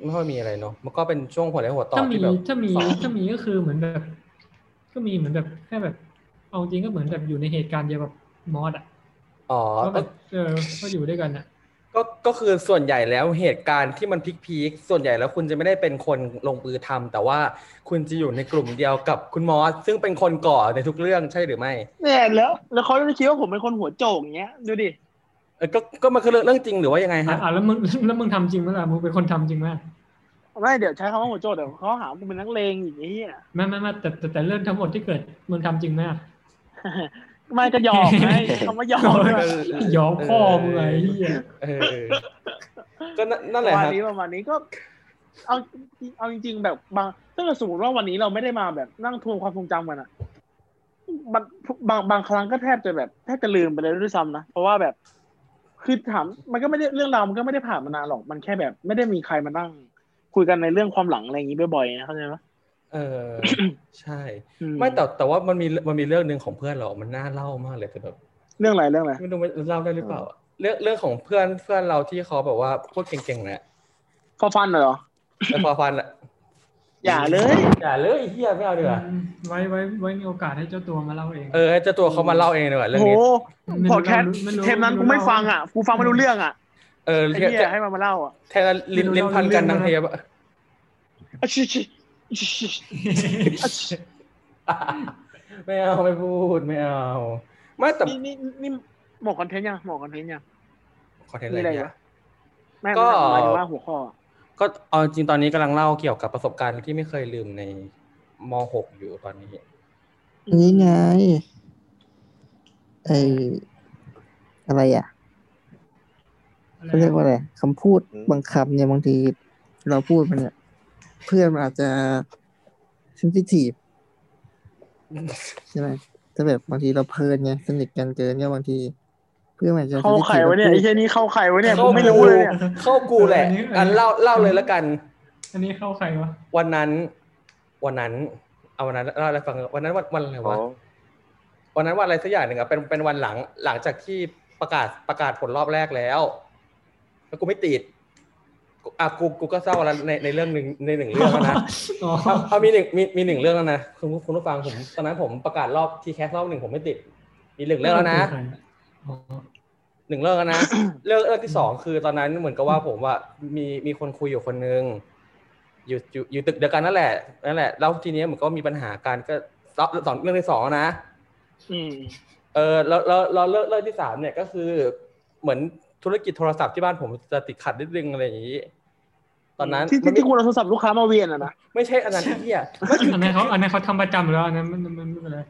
ไม่ค่อยมีอะไรเนาะมันก็เป็นช่วงหัวเรียวหัวต่อ ถ้ามี ที่แบบ ถ้ามี สอบ ถ้ามีก็คือเหมือนแบบ ก็มีเหมือนแบบแค่แบบ เอาจริงก็เหมือนแบบอยู่ในเหตุการณ์เดียวกับมอสอะ อ๋อ ก็แบบเออก็อยู่ด้วยกันอ่ะ ก็ก็คือส่วนใหญ่แล้วเหตุการณ์ที่มันพีคๆส่วนใหญ่แล้วคุณจะไม่ได้เป็นคนลงมือทำแต่ว่าคุณจะอยู่ในกลุ่มเดียวกับคุณมอสซึ่งเป็นคนก่อในทุกเรื่องใช่หรือไม่ เนี่ยแล้ว แล้วเขาจะคิดว่าผมเป็นคนหัวโจกอย่างเงี้ยดูดิ เออก็ก็มันคือเรื่องเรื่องจริงหรือว่ายังไง อ่ะ ฮะ อ่ะแล้วมึงแล้วมึงทำจริงไหมล่ะมึงเป็นคนทำจริงไหม ไม่เดี๋ยวใช้คำว่าหัวโจกเดี๋ยวเขาหาผมเป็นนักเลงอย่างเงี้ย ไม่ไม่ไม่แต่แต่แต่เรื่องทั้งหมดที่เกิดมึงทำจริงไหมอ่ะ ไม่ก็หยอก [LAUGHS] ไงคำว่าหยอก เออเ ยอมพ่อมึงไอ้เหี้ย เออเออก็นั่นนั่น ป แห ระ ละ มาณ ฮะ นี้ประมาณนี้ก็ เอาเอาจริง ๆ แบบบางถ้าเกิดสมมติว่าวันนี้เราไม่ได้มาแบบนั่งทวนความทรงจำกันอะบางบางบางครั้งก็แทบจะแบบแทบจะลืมไปเลยด้วยซ้ำนะเพราะว่าแบบคือถามมันก็ไม่ได้เรื่องราวมันก็ไม่ได้ผ่านมานานหรอกมันแค่แบบ ไม่ได้มีใครมานั่ง คุยกันในเรื่องความหลังอะไรอย่างนี้บ่อยๆนะเข้าใจไหม เออ ใช่ อื ไม่แต่แต่ว่ามันมีมันมีเรื่องหนึ่งของเพื่อนเรามันน่าเล่ามากเลยแต่แบบ เรื่องอะไรเรื่องอะไร ไม่รู้ว่าเล่าได้หรือเปล่าอะเรื่องเรื่องของเพื่อนเพื่อนเราที่เขาแบบว่าพูดเก่งๆนะ ฟอฟันเหรอ แต่พอฟันละ อย่าเลย อย่าเลยไอ้เฮียไม่เอาดีกว่า อืมไว้ไว้ไว้มีโอกาสให้เจ้าตัวมาเล่าเอง เออให้เจ้าตัวเขามาเล่าเองดีกว่าเรื่องโหนี้ ไม่รู้ พอดแคสต์ ไม่รู้ เทปนั้นกูไม่ฟังอ่ะกูฟังไม่รู้เรื่องอ่ะ เออ ไอ้ แค่ เหี้ยให้มันมาเล่าอ่ะ แทนลิ้นลิ้นพันกันทั้งเทปอะ อะชิชิชิชิอะชิ ไม่เอาไม่พูดไม่เอา ไม่แต่ นี่นี่นี่หมอกคอนเทนต์ยังหมอกคอนเทนต์ยัง คอนเทนต์อะไร มีอะไร เนี่ วะ ย แม่ง ก็ หมายถึงว่าหัวข้ออะ ก็เอาจริงตอนนี้กำลังเล่าเกี่ยวกับประสบการณ์ที่ไม่เคยลืมในม .6 อยู่ตอนนี้ อันนี้ไงไออะไรอ่ะ อะไร เขาเรียกว่าอะไรคำพูด อืม บางคำเนี่ยบางทีเราพูดมันเนี่ยเพื่อนมันอาจจะ sensitive ใช่ไหมแต่แบบบางทีเราเพลินไงสนิทกันเกินก็บางที เพื่อนมันอาจจะ เข้าไข่ sensitive ไว้เนี่ย รา ไอ้ พูด เหี้ยนี่เข้าไข่ไว้เนี่ย เข้า กูไม่รู้เลยเนี่ย เข้ากูแหละอันเล่าเล่าเลยละกัน อันนี้เข้าใครวะ วันนั้น วันนั้น เอาวันนั้นเล่าอะไรฟังวันนั้นวันวันอะไร อ๋อ วะวันนั้นวันอะไรสักอย่างหนึ่งอะเป็นเป็นวันหลังหลังจากที่ประกาศประกาศผลรอบแรกแล้ว แล้วกูไม่ติด อ่ะกูกูก็เศร้าแล้วในในเรื่องหนึ่งในหนึ่งเรื่องแล้วนะ [LAUGHS] อ๋อ เอาเอามีหนึ่งมีมีหนึ่งเรื่องแล้วนะคุณผู้คุณผู้ฟังผมตอนนั้นผมประกาศรอบทีแคสรอบหนึ่งผมไม่ติด มีหนึ่งเรื่องแล้วนะ อ๋อ หนึ่งเรื่องแล้วนะ [COUGHS] เรื่องเรื่องที่สองคือตอนนั้นเหมือนกับว่าผมว่ามีมีคนคุยอยู่คนนึงอยู่อยู่อยู่ตึกเดียวกันนั่นแหละนั่นแหละแล้วทีเนี้ยเหมือนก็มีปัญหากันก็รอบสองเรื่องที่สองนะ อืม เออแล้วแล้วแล้วเรื่องเรื่องที่สามเนี่ยก็คือ เหมือนธุรกิจโทรศัพท์ที่บ้านผมจะติดขัดนิดนึงอะไรอย่างนี้ ตอนนั้น ที่ที่ที่คุณเอาโทรศัพท์ลูกค้ามาเวียนอ่ะนะ ไม่ใช่อันนั้นไอ้เหีย อันนั้นเขาอันนั้นเขาทำประจำอยู่แล้วอันนั้นมันมันไม่เป็นไร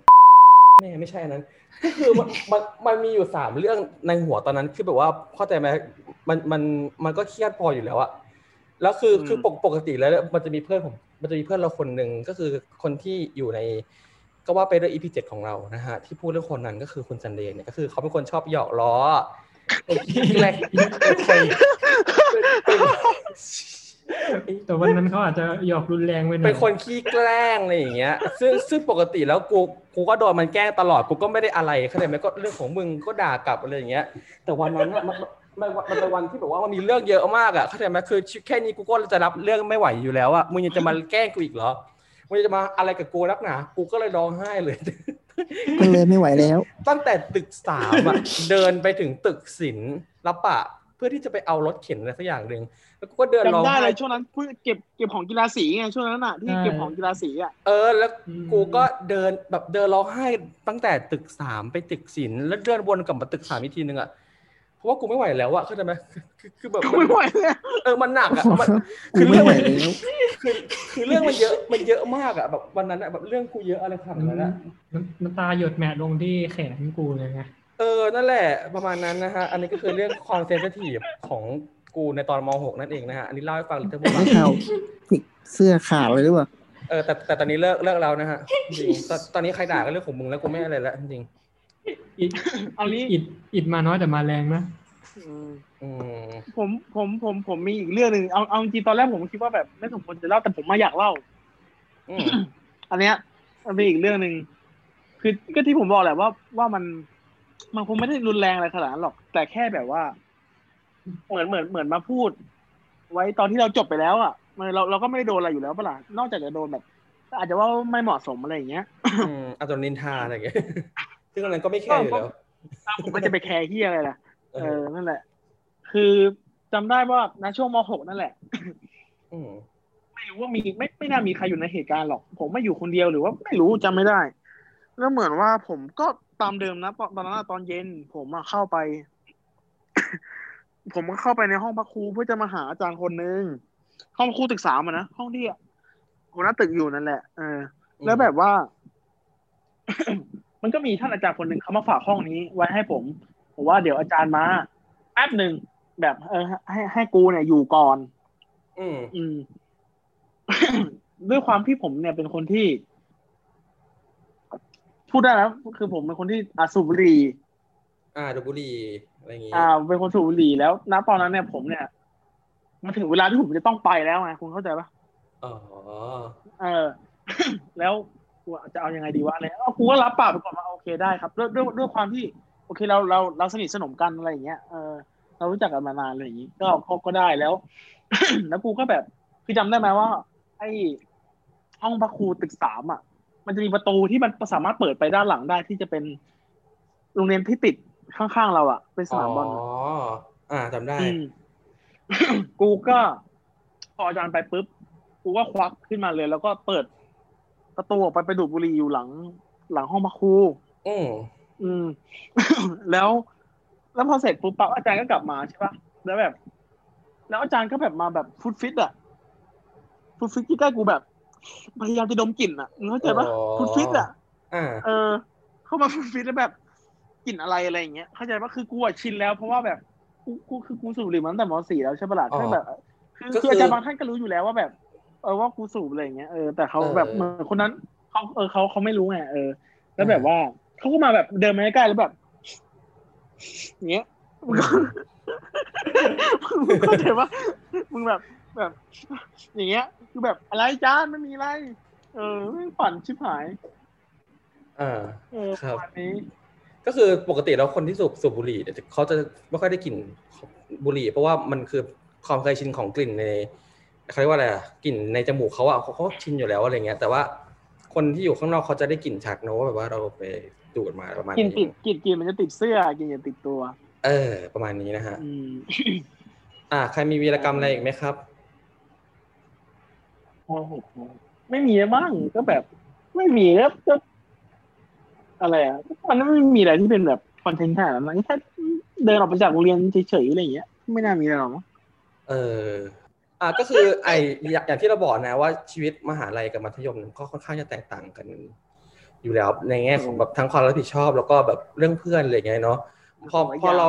แม่ไม่ใช่อันนั้น ก็คือมันมันมันมีอยู่สามเรื่องในหัวตอนนั้นคือแบบว่าเข้าใจไหมมันมันมันก็เครียดพออยู่แล้วอะแล้วคือ อืม คือปกปกติแล้วมันจะมีเพื่อนผมมันจะมีเพื่อนเราคนหนึ่งก็คือคนที่อยู่ใน ก็ว่าเป็นเรื่อง EP เจ็ดของเรานะฮะที่พูดเรื่องคนนั้นก็คือคุณซันเดย์เนี่ยก็คือเขาเป็นคนชอบหยอกล้อเป็นแรงเป็นใครเป็นเป็น แต่วันนั้นเขาอาจจะหยอกรุนแรงไปหน่อย เป็นคนขี้แกล้งอะไรอย่างเงี้ย ซึ่งซึ่งปกติแล้วกูกูก็โดนมันแกล้งตลอด กูก็ไม่ได้อะไรเข้าใจไหมก็เรื่องของมึงก็ด่ากลับอะไรอย่างเงี้ย แต่วันนั้นอะมันมันมันมันเป็นวันที่แบบว่ามันมีเรื่องเยอะมากอะเข้าใจไหมคือแค่นี้กูก็จะรับเรื่องไม่ไหวอยู่แล้วอะมึงยังจะมาแกล้งกูอีกเหรอ มึงยังจะมาอะไรกับกูนักหนา กูก็เลยร้องไห้เลย [LAUGHS] ก็เลยไม่ไหวแล้ว ตั้งแต่ตึกสามอะ เดินไปถึงตึกศิลรับปะ เพื่อที่จะไปเอารถเข็นอะไรสักอย่างหนึ่งแล้วกูก็เดินร้อง จำได้ ไห้ เลยช่วงนั้นเพิ่งเก็บเก็บของกีฬาสีไงช่วงนั้นอ่ะที่เก็บของกีฬาสีอ่ะ เออแล้วกูก็เดินแบบเดินร้องไห้ตั้งแต่ตึกสามไปตึกศิลป์แล้วเดินวนกลับมาตึกสามอีกทีนึงอ่ะเพราะว่ากูไม่ไหวแล้วอะเข้าใจไหมคือคือคือแบบ ไม่ไหวเลย เออมันหนักอะมัน กูไม่ไหวแล้ว คือคือเรื่องมันเยอะมันเยอะมากอะแบบวันนั้นอะแบบเรื่องกูเยอะอะไรขนาดนั้นอะ น้ำน้ำตาหยดแหมะลงที่แขนกูเลยไง เออนั่นแหละประมาณนั้นนะฮะอันนี้ก็คือเรื่องคอนเซนเซทีฟของกูในตอนม .6 นั่นเองนะฮะอันนี้เล่าให้ฟังหรือเธอพูด ไม่ ฟัง เขาติดเสื้อขาดเลยหรือเปล่า เออแต่แต่ตอนนี้เลิกเลิกแล้วนะฮะจริงตอนตอนนี้ใครด่าก็เรื่องของมึงแล้วกูไม่อะไรแล้วจริง อิด เอานี้ อิดอิดมาน้อยแต่มาแรงนะ อืม ผมผมผมผมมีอีกเรื่องหนึ่งเอาเอาจริงๆตอนแรกผมคิดว่าแบบไม่สมควรจะเล่าแต่ผมมาอยากเล่า อืม อันเนี้ยมันเป็นอีกเรื่องหนึ่งคือก็ที่ผมบอกแหละว่าว่ามัน มันคงไม่ได้รุนแรงอะไรขนาดนั้นหรอก แต่แค่แบบว่า เหมือนเหมือนเหมือนมาพูด ไว้ตอนที่เราจบไปแล้วอ่ะมันเราเราก็ไม่ได้โดนอะไรอยู่แล้วปะล่ะนอกจากจะโดนแบบ อาจจะว่าไม่เหมาะสมอะไรอย่างเงี้ย อืมอาจจะนินทาอะไรอย่างเงี้ย [LAUGHS] ซึ่งอันนั้นก็ไม่แคร์อยู่แล้ว ผมก็จะไปแคร์เฮียอะไรล่ะ เอ เอ อ อ นั่นแหละ คือจำได้ว่าณช่วงม .6 นั่นแหละ อืม ไม่รู้ว่ามีไม่ไม่น่ามีใครอยู่ในเหตุการณ์หรอก ผมไม่อยู่คนเดียวหรือว่าไม่รู้จำไม่ได้ แล้วเหมือนว่าผมก็ตามเดิมนะตอนตอนนั้นอะตอนเย็น ผมอะเข้าไป [COUGHS] ผมก็เข้าไปในห้องพักครูเพื่อจะมาหาอาจารย์คนนึงห้องพักครูตึกสามอะนะห้องที่หัวหน้าตึกอยู่นั่นแหละเออ แล้วแบบว่า [COUGHS] มันก็มีท่านอาจารย์คนหนึ่งเขามาฝากห้องนี้ไว้ให้ผมผมว่าเดี๋ยวอาจารย์มาแป๊บหนึ่งแบบเออ ให้ให้กูเนี่ยอยู่ก่อน อืม อืม [COUGHS] ด้วยความที่ผมเนี่ยเป็นคนที่ พูดได้แล้วคือผมเป็นคนที่อาสูบบุหรี่ อ่าดบุรีอะไรอย่างงี้ อ่า เป็นคนสูบบุหรี่แล้วณตอนนั้นเนี่ยผมเนี่ยมาถึงเวลาที่ผมจะต้องไปแล้วไงคุณเข้าใจปะ อ๋อ เอ [COUGHS] อ แล้วกูจะเอายังไงดีวะอะไรเอากูก็รับปากไปก่อนว่าโอเคได้ครับด้วยด้วยด้วยความที่ โอเคเราเราเราสนิทสนมกันอะไรอย่างเงี้ยเออเรารู้จักกันมานานอะไรอย่างงี้ก็ก็ก็ได้แล้ว [COUGHS] แล้วกูก็แบบคือจำได้ไหมว่า ไอ้ห้องพักครูตึกสามอ่ะ มันจะมีประตูที่มันสามารถเปิดไปด้านหลังได้ที่จะเป็นโรงเรียนที่ติดข้างๆเราอ่ะ เป็นสนามบอล อ๋ อะ ออ่าจำได้ อืม [COUGHS] กูก็พออาจารย์ไปปุ๊บกูก็ควักขึ้นมาเลย แล้วก็เปิดประตูออกไปไปดูดบุหรี่อยู่หลัง หลังห้องพักครู อืม อืม [COUGHS] แล้วแล้วพอเสร็จปุ๊บปั๊บอาจารย์ก็กลับมาใช่ปะแล้วแบบ แล้วอาจารย์ก็แบบมาแบบฟุตฟิตอะฟุตฟิตที่ใกล้กูแบบพยายามจะดมกลิ่นอะมึงเข้าใจปะฟุตฟิตอะ อ่า เออ เข้ามาฟุตฟิตแล้วแบบกลิ่นอะไรอะไรอย่างเงี้ยเข้าใจปะคือกูอะชินแล้วเพราะว่าแบบกูกูคือกูสูบบุหรี่มาตั้งแต่มสี่แล้วใช่ปะล่ะถ้าแบบ คือคืออาจารย์บางท่านก็รู้อยู่แล้วว่าแบบ เออว่าครูสูบอะไรอย่างเงี้ยเออแต่เขาแบบเหมือนคนนั้นเขาเออเขาเขาไม่รู้ไงเออ แล้วแบบว่าเขาก็มาแบบเดินมาใกล้ๆแล้วแบบอย่างเงี้ยมึงก็มึงเข้าใจว่ามึงแบบแบบ อย่างเงี้ย คือแบบอะไรจานไม่มีอะไร เออไม่งปั่นชิบหาย อ่า เออ ครับ ประมาณนี้ ก็คือปกติแล้วคนที่สูบสูบบุหรี่เนี่ยเขาจะไม่ค่อยได้กลิ่นบุหรี่ เพราะว่ามันคือ ความเคยชินของกลิ่นในเขาเรียกว่าอะไรอะกลิ่นในจมูกเขาอะเขาเขาชินอยู่แล้วอะไรเงี้ย แต่ว่าคนที่อยู่ข้างนอกเขาจะได้กลิ่นชัดเนอะว่าแบบว่าเราไปดูดมาประมาณ กลินติ นี้ ดกลินกลินมันจะติดเสื้อกลินจะติดตัว เออ ประมาณนี้นะฮะ อืม อ่าใครมีวีรกรรมอะไรอีกไหมครับ โอ้โหไม่มีแล้วมั้งก็แบบ ไม่มีแล้วก็อะไรอ่ะมันไม่มีอะไรที่เป็นแบบคอนเทนต์ขนาดนั้นนะแค่เดินออกไปจากโรงเรียนเฉยๆอะไรอย่างเงี้ยไม่น่ามีอะไรหรอกมั้ง เออ อ่ะก็คือไออย่างอย่างที่เราบอกนะว่าชีวิตมหาลัยกับมัธยมเนี่ยก็ค่อนข้างจะแตกต่างกัน อยู่แล้วในแง่ของแบบทั้งความรับผิดชอบ แล้วก็แบบเรื่องเพื่อนอะไรอย่างเงี้ยเนาะพอพอเรา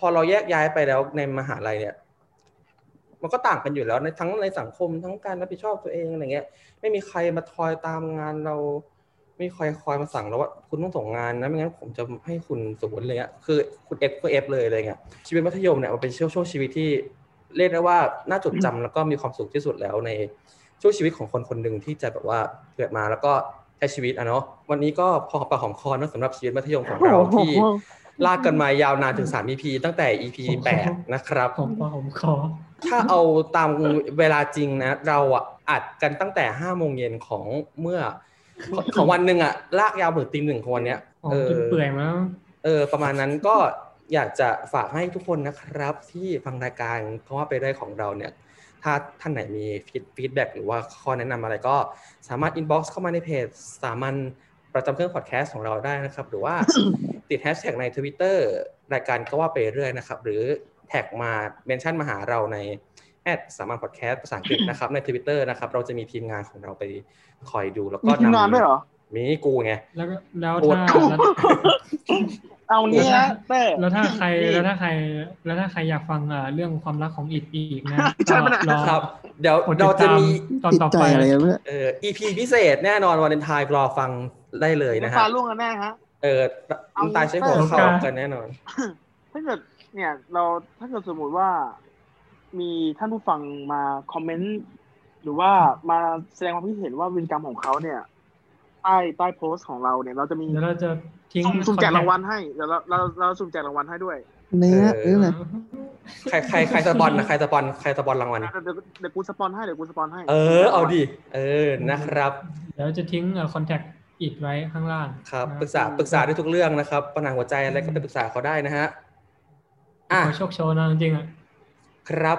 พอเราแยกย้ายไปแล้วในมหาลัยเนี่ย มันก็ต่างกันอยู่แล้วในทั้งในสังคมทั้งการรับผิดชอบตัวเองอะไรเงี้ย ไม่มีใครมาคอยตามงานเรา ไม่มีใครคอยมาสั่งเราว่าคุณต้องส่งงานนะไม่งั้นผมจะให้คุณสมมติอะไรเงี้ยคือคุณเอฟก็เอฟเลยอะไรเงี้ย ชีวิตมัธยมเนี่ยมันเป็นช่วงช่วงชีวิตที่เรียกได้ว่าน่าจดจำแล้วก็มีความสุขที่สุดแล้วในช่วงชีวิตของคนคนหนึ่งที่จะแบบว่าเกิดมาแล้วก็ใช้ชีวิตอะเนาะวันนี้ก็พอปากของคอเนอะสำหรับชีวิตมัธยมของเราที่ลากกันมายาวนานถึง3 EP ตั้งแต่ EP 8นะครับ ผมว่าผมขอ ถ้าเอาตามเวลาจริงนะ เราอะอัดกันตั้งแต่ห้าโมงเย็นของเมื่อ ของวันหนึ่งอะลากยาวเหมือนตีหนึ่งของวันเนี้ย ของ เออ จนเปื่อยมาแล้ว เออประมาณนั้นก็อยากจะฝากให้ทุกคนนะครับ ที่ฟังรายการเพราะว่าไปได้ของเราเนี่ย ถ้าท่านไหนมีฟีดแบ็หรือว่าข้อแนะนำอะไรก็สามารถอินบ็อกซ์เข้ามาในเพจสามัญประจำเครื่องพอดแคสต์ของเราได้นะครับ หรือว่า ติดแฮชแท็กใน Twitter รายการก็ว่าไปเรื่อยนะครับ หรือแท็กมาเมนชั่นมาหาเราในแอดสามัญพอดแคสต์ภาษาอังกฤษนะครับใน Twitter นะครับ เราจะมีทีมงานของเราไปคอยดูแล้วก็ มีทีมงานด้วยเหรอ มีกูไง แล้วก็แล้ว โอ้ ถ้าแล้ว เอางี้นะเต้ แล้วถ้า [LAUGHS] ใคร นี่ แล้วถ้าใครแล้วถ้าใครอยากฟังอ่าเรื่องความรักของอิดอีกนะ [LAUGHS] ใช่ปะเนี่ย ก็อ ครับ เดี๋ยว กดติ เรา ด จะ ตาม มี ตอน ติด ต่อ ใจ ไป อะไรกันเพื่อ เออ EP พิเศษแน่นอนวันเลนไทน์รอฟังได้เลยนะ น้ำ ฮะ ตาล่วงกันแน่ฮะ เออน้ำตาใช้หัวเข่ากันแน่นอน ถ้าเกิดเนี่ยเราถ้าเกิดสมมุติว่ามีท่านผู้ฟังมาคอมเมนต์หรือว่ามาแสดงความคิดเห็นว่าวินกรรมของเขาเนี่ยใต้ใต้โพสต์ของเราเนี่ย เราจะมี เดี๋ยวเราจะทิ้ง สุ่มสุ่มแจก คอนทค รางวัลให้เดี๋ยวเราเราเราสุ่มแจกรางวัลให้ด้วย เนื้อ เออ หรืออะไร ใครใครใครสปอนนะใครสปอนใครสปอนรางวัล เดี๋ยวเดี๋ยวเดี๋ยวกูสปอนให้เดี๋ยวกูสปอนให้ เออ เอาดิเออนะครับ เดี๋ยวจะทิ้งคอนแทคอิดไว้ข้างล่าง ครับ นะ ปรึกษาปรึกษาได้ทุกเรื่องนะครับปัญหาหัวใจอะไรก็ไปปรึกษาเขาได้นะฮะอ่ะ ขอโชคโชนนะจริงๆอ่ะ ครับ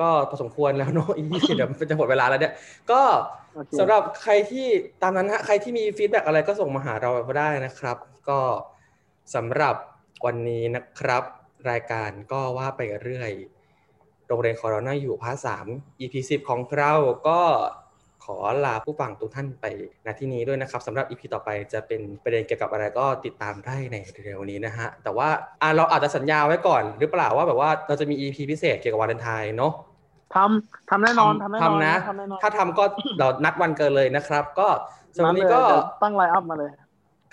ก็พอสมควรแล้วเนอะอีกเดี๋ยวมันจะหมดเวลาแล้วเนี่ย ก็ โอเค สำหรับใครที่ตามนั้นฮะใครที่มีฟีดแบ็กอะไรก็ส่งมาหาเราได้นะครับ ก็สำหรับวันนี้นะครับ รายการก็ว่าไปเรื่อย โรงเรียนของเราน่าอยู่พาร์ทสาม EP สิบของเราก็ขอลาผู้ฟังทุกท่านไปณที่นี้ด้วยนะครับสำหรับ EP ต่อไปจะเป็นประเด็นเกี่ยวกับอะไรก็ติดตามได้ในเร็วๆนี้นะฮะ แต่ว่าอ่ะเราอาจจะสัญญาไว้ก่อน หรือเปล่าว่าแบบว่าเราจะมี EP พิเศษเกี่ยวกับวาเลนไทน์เนาะ ทำทำแน่นอนทำแน่นอน ทำนะ ทำแน่นอน ถ้าทำก็ [COUGHS] เดี๋ยวนัดวันเกินเลยนะครับ ก็สำหรับวันนี้ก็ เดี๋ยวตั้งไลน์อัพมาเลย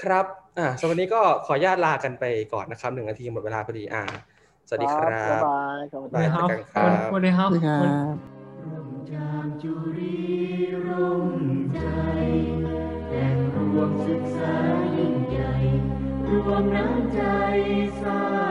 ครับ อ่าสำหรับวันนี้ก็ขออนุญาตลากันไปก่อนนะครับหนึ่งนาทีหมดเวลาพอดีอ่า สวัสดีครั บ๊าย บ บายขอบคุณ ได้เจอกันครับ สวัสดีครับ นะครับ ร่มจามจุรีร่มใจแหล่งรวมศึกษายิ่งใหญ่ รวมน้ำใจสร้าง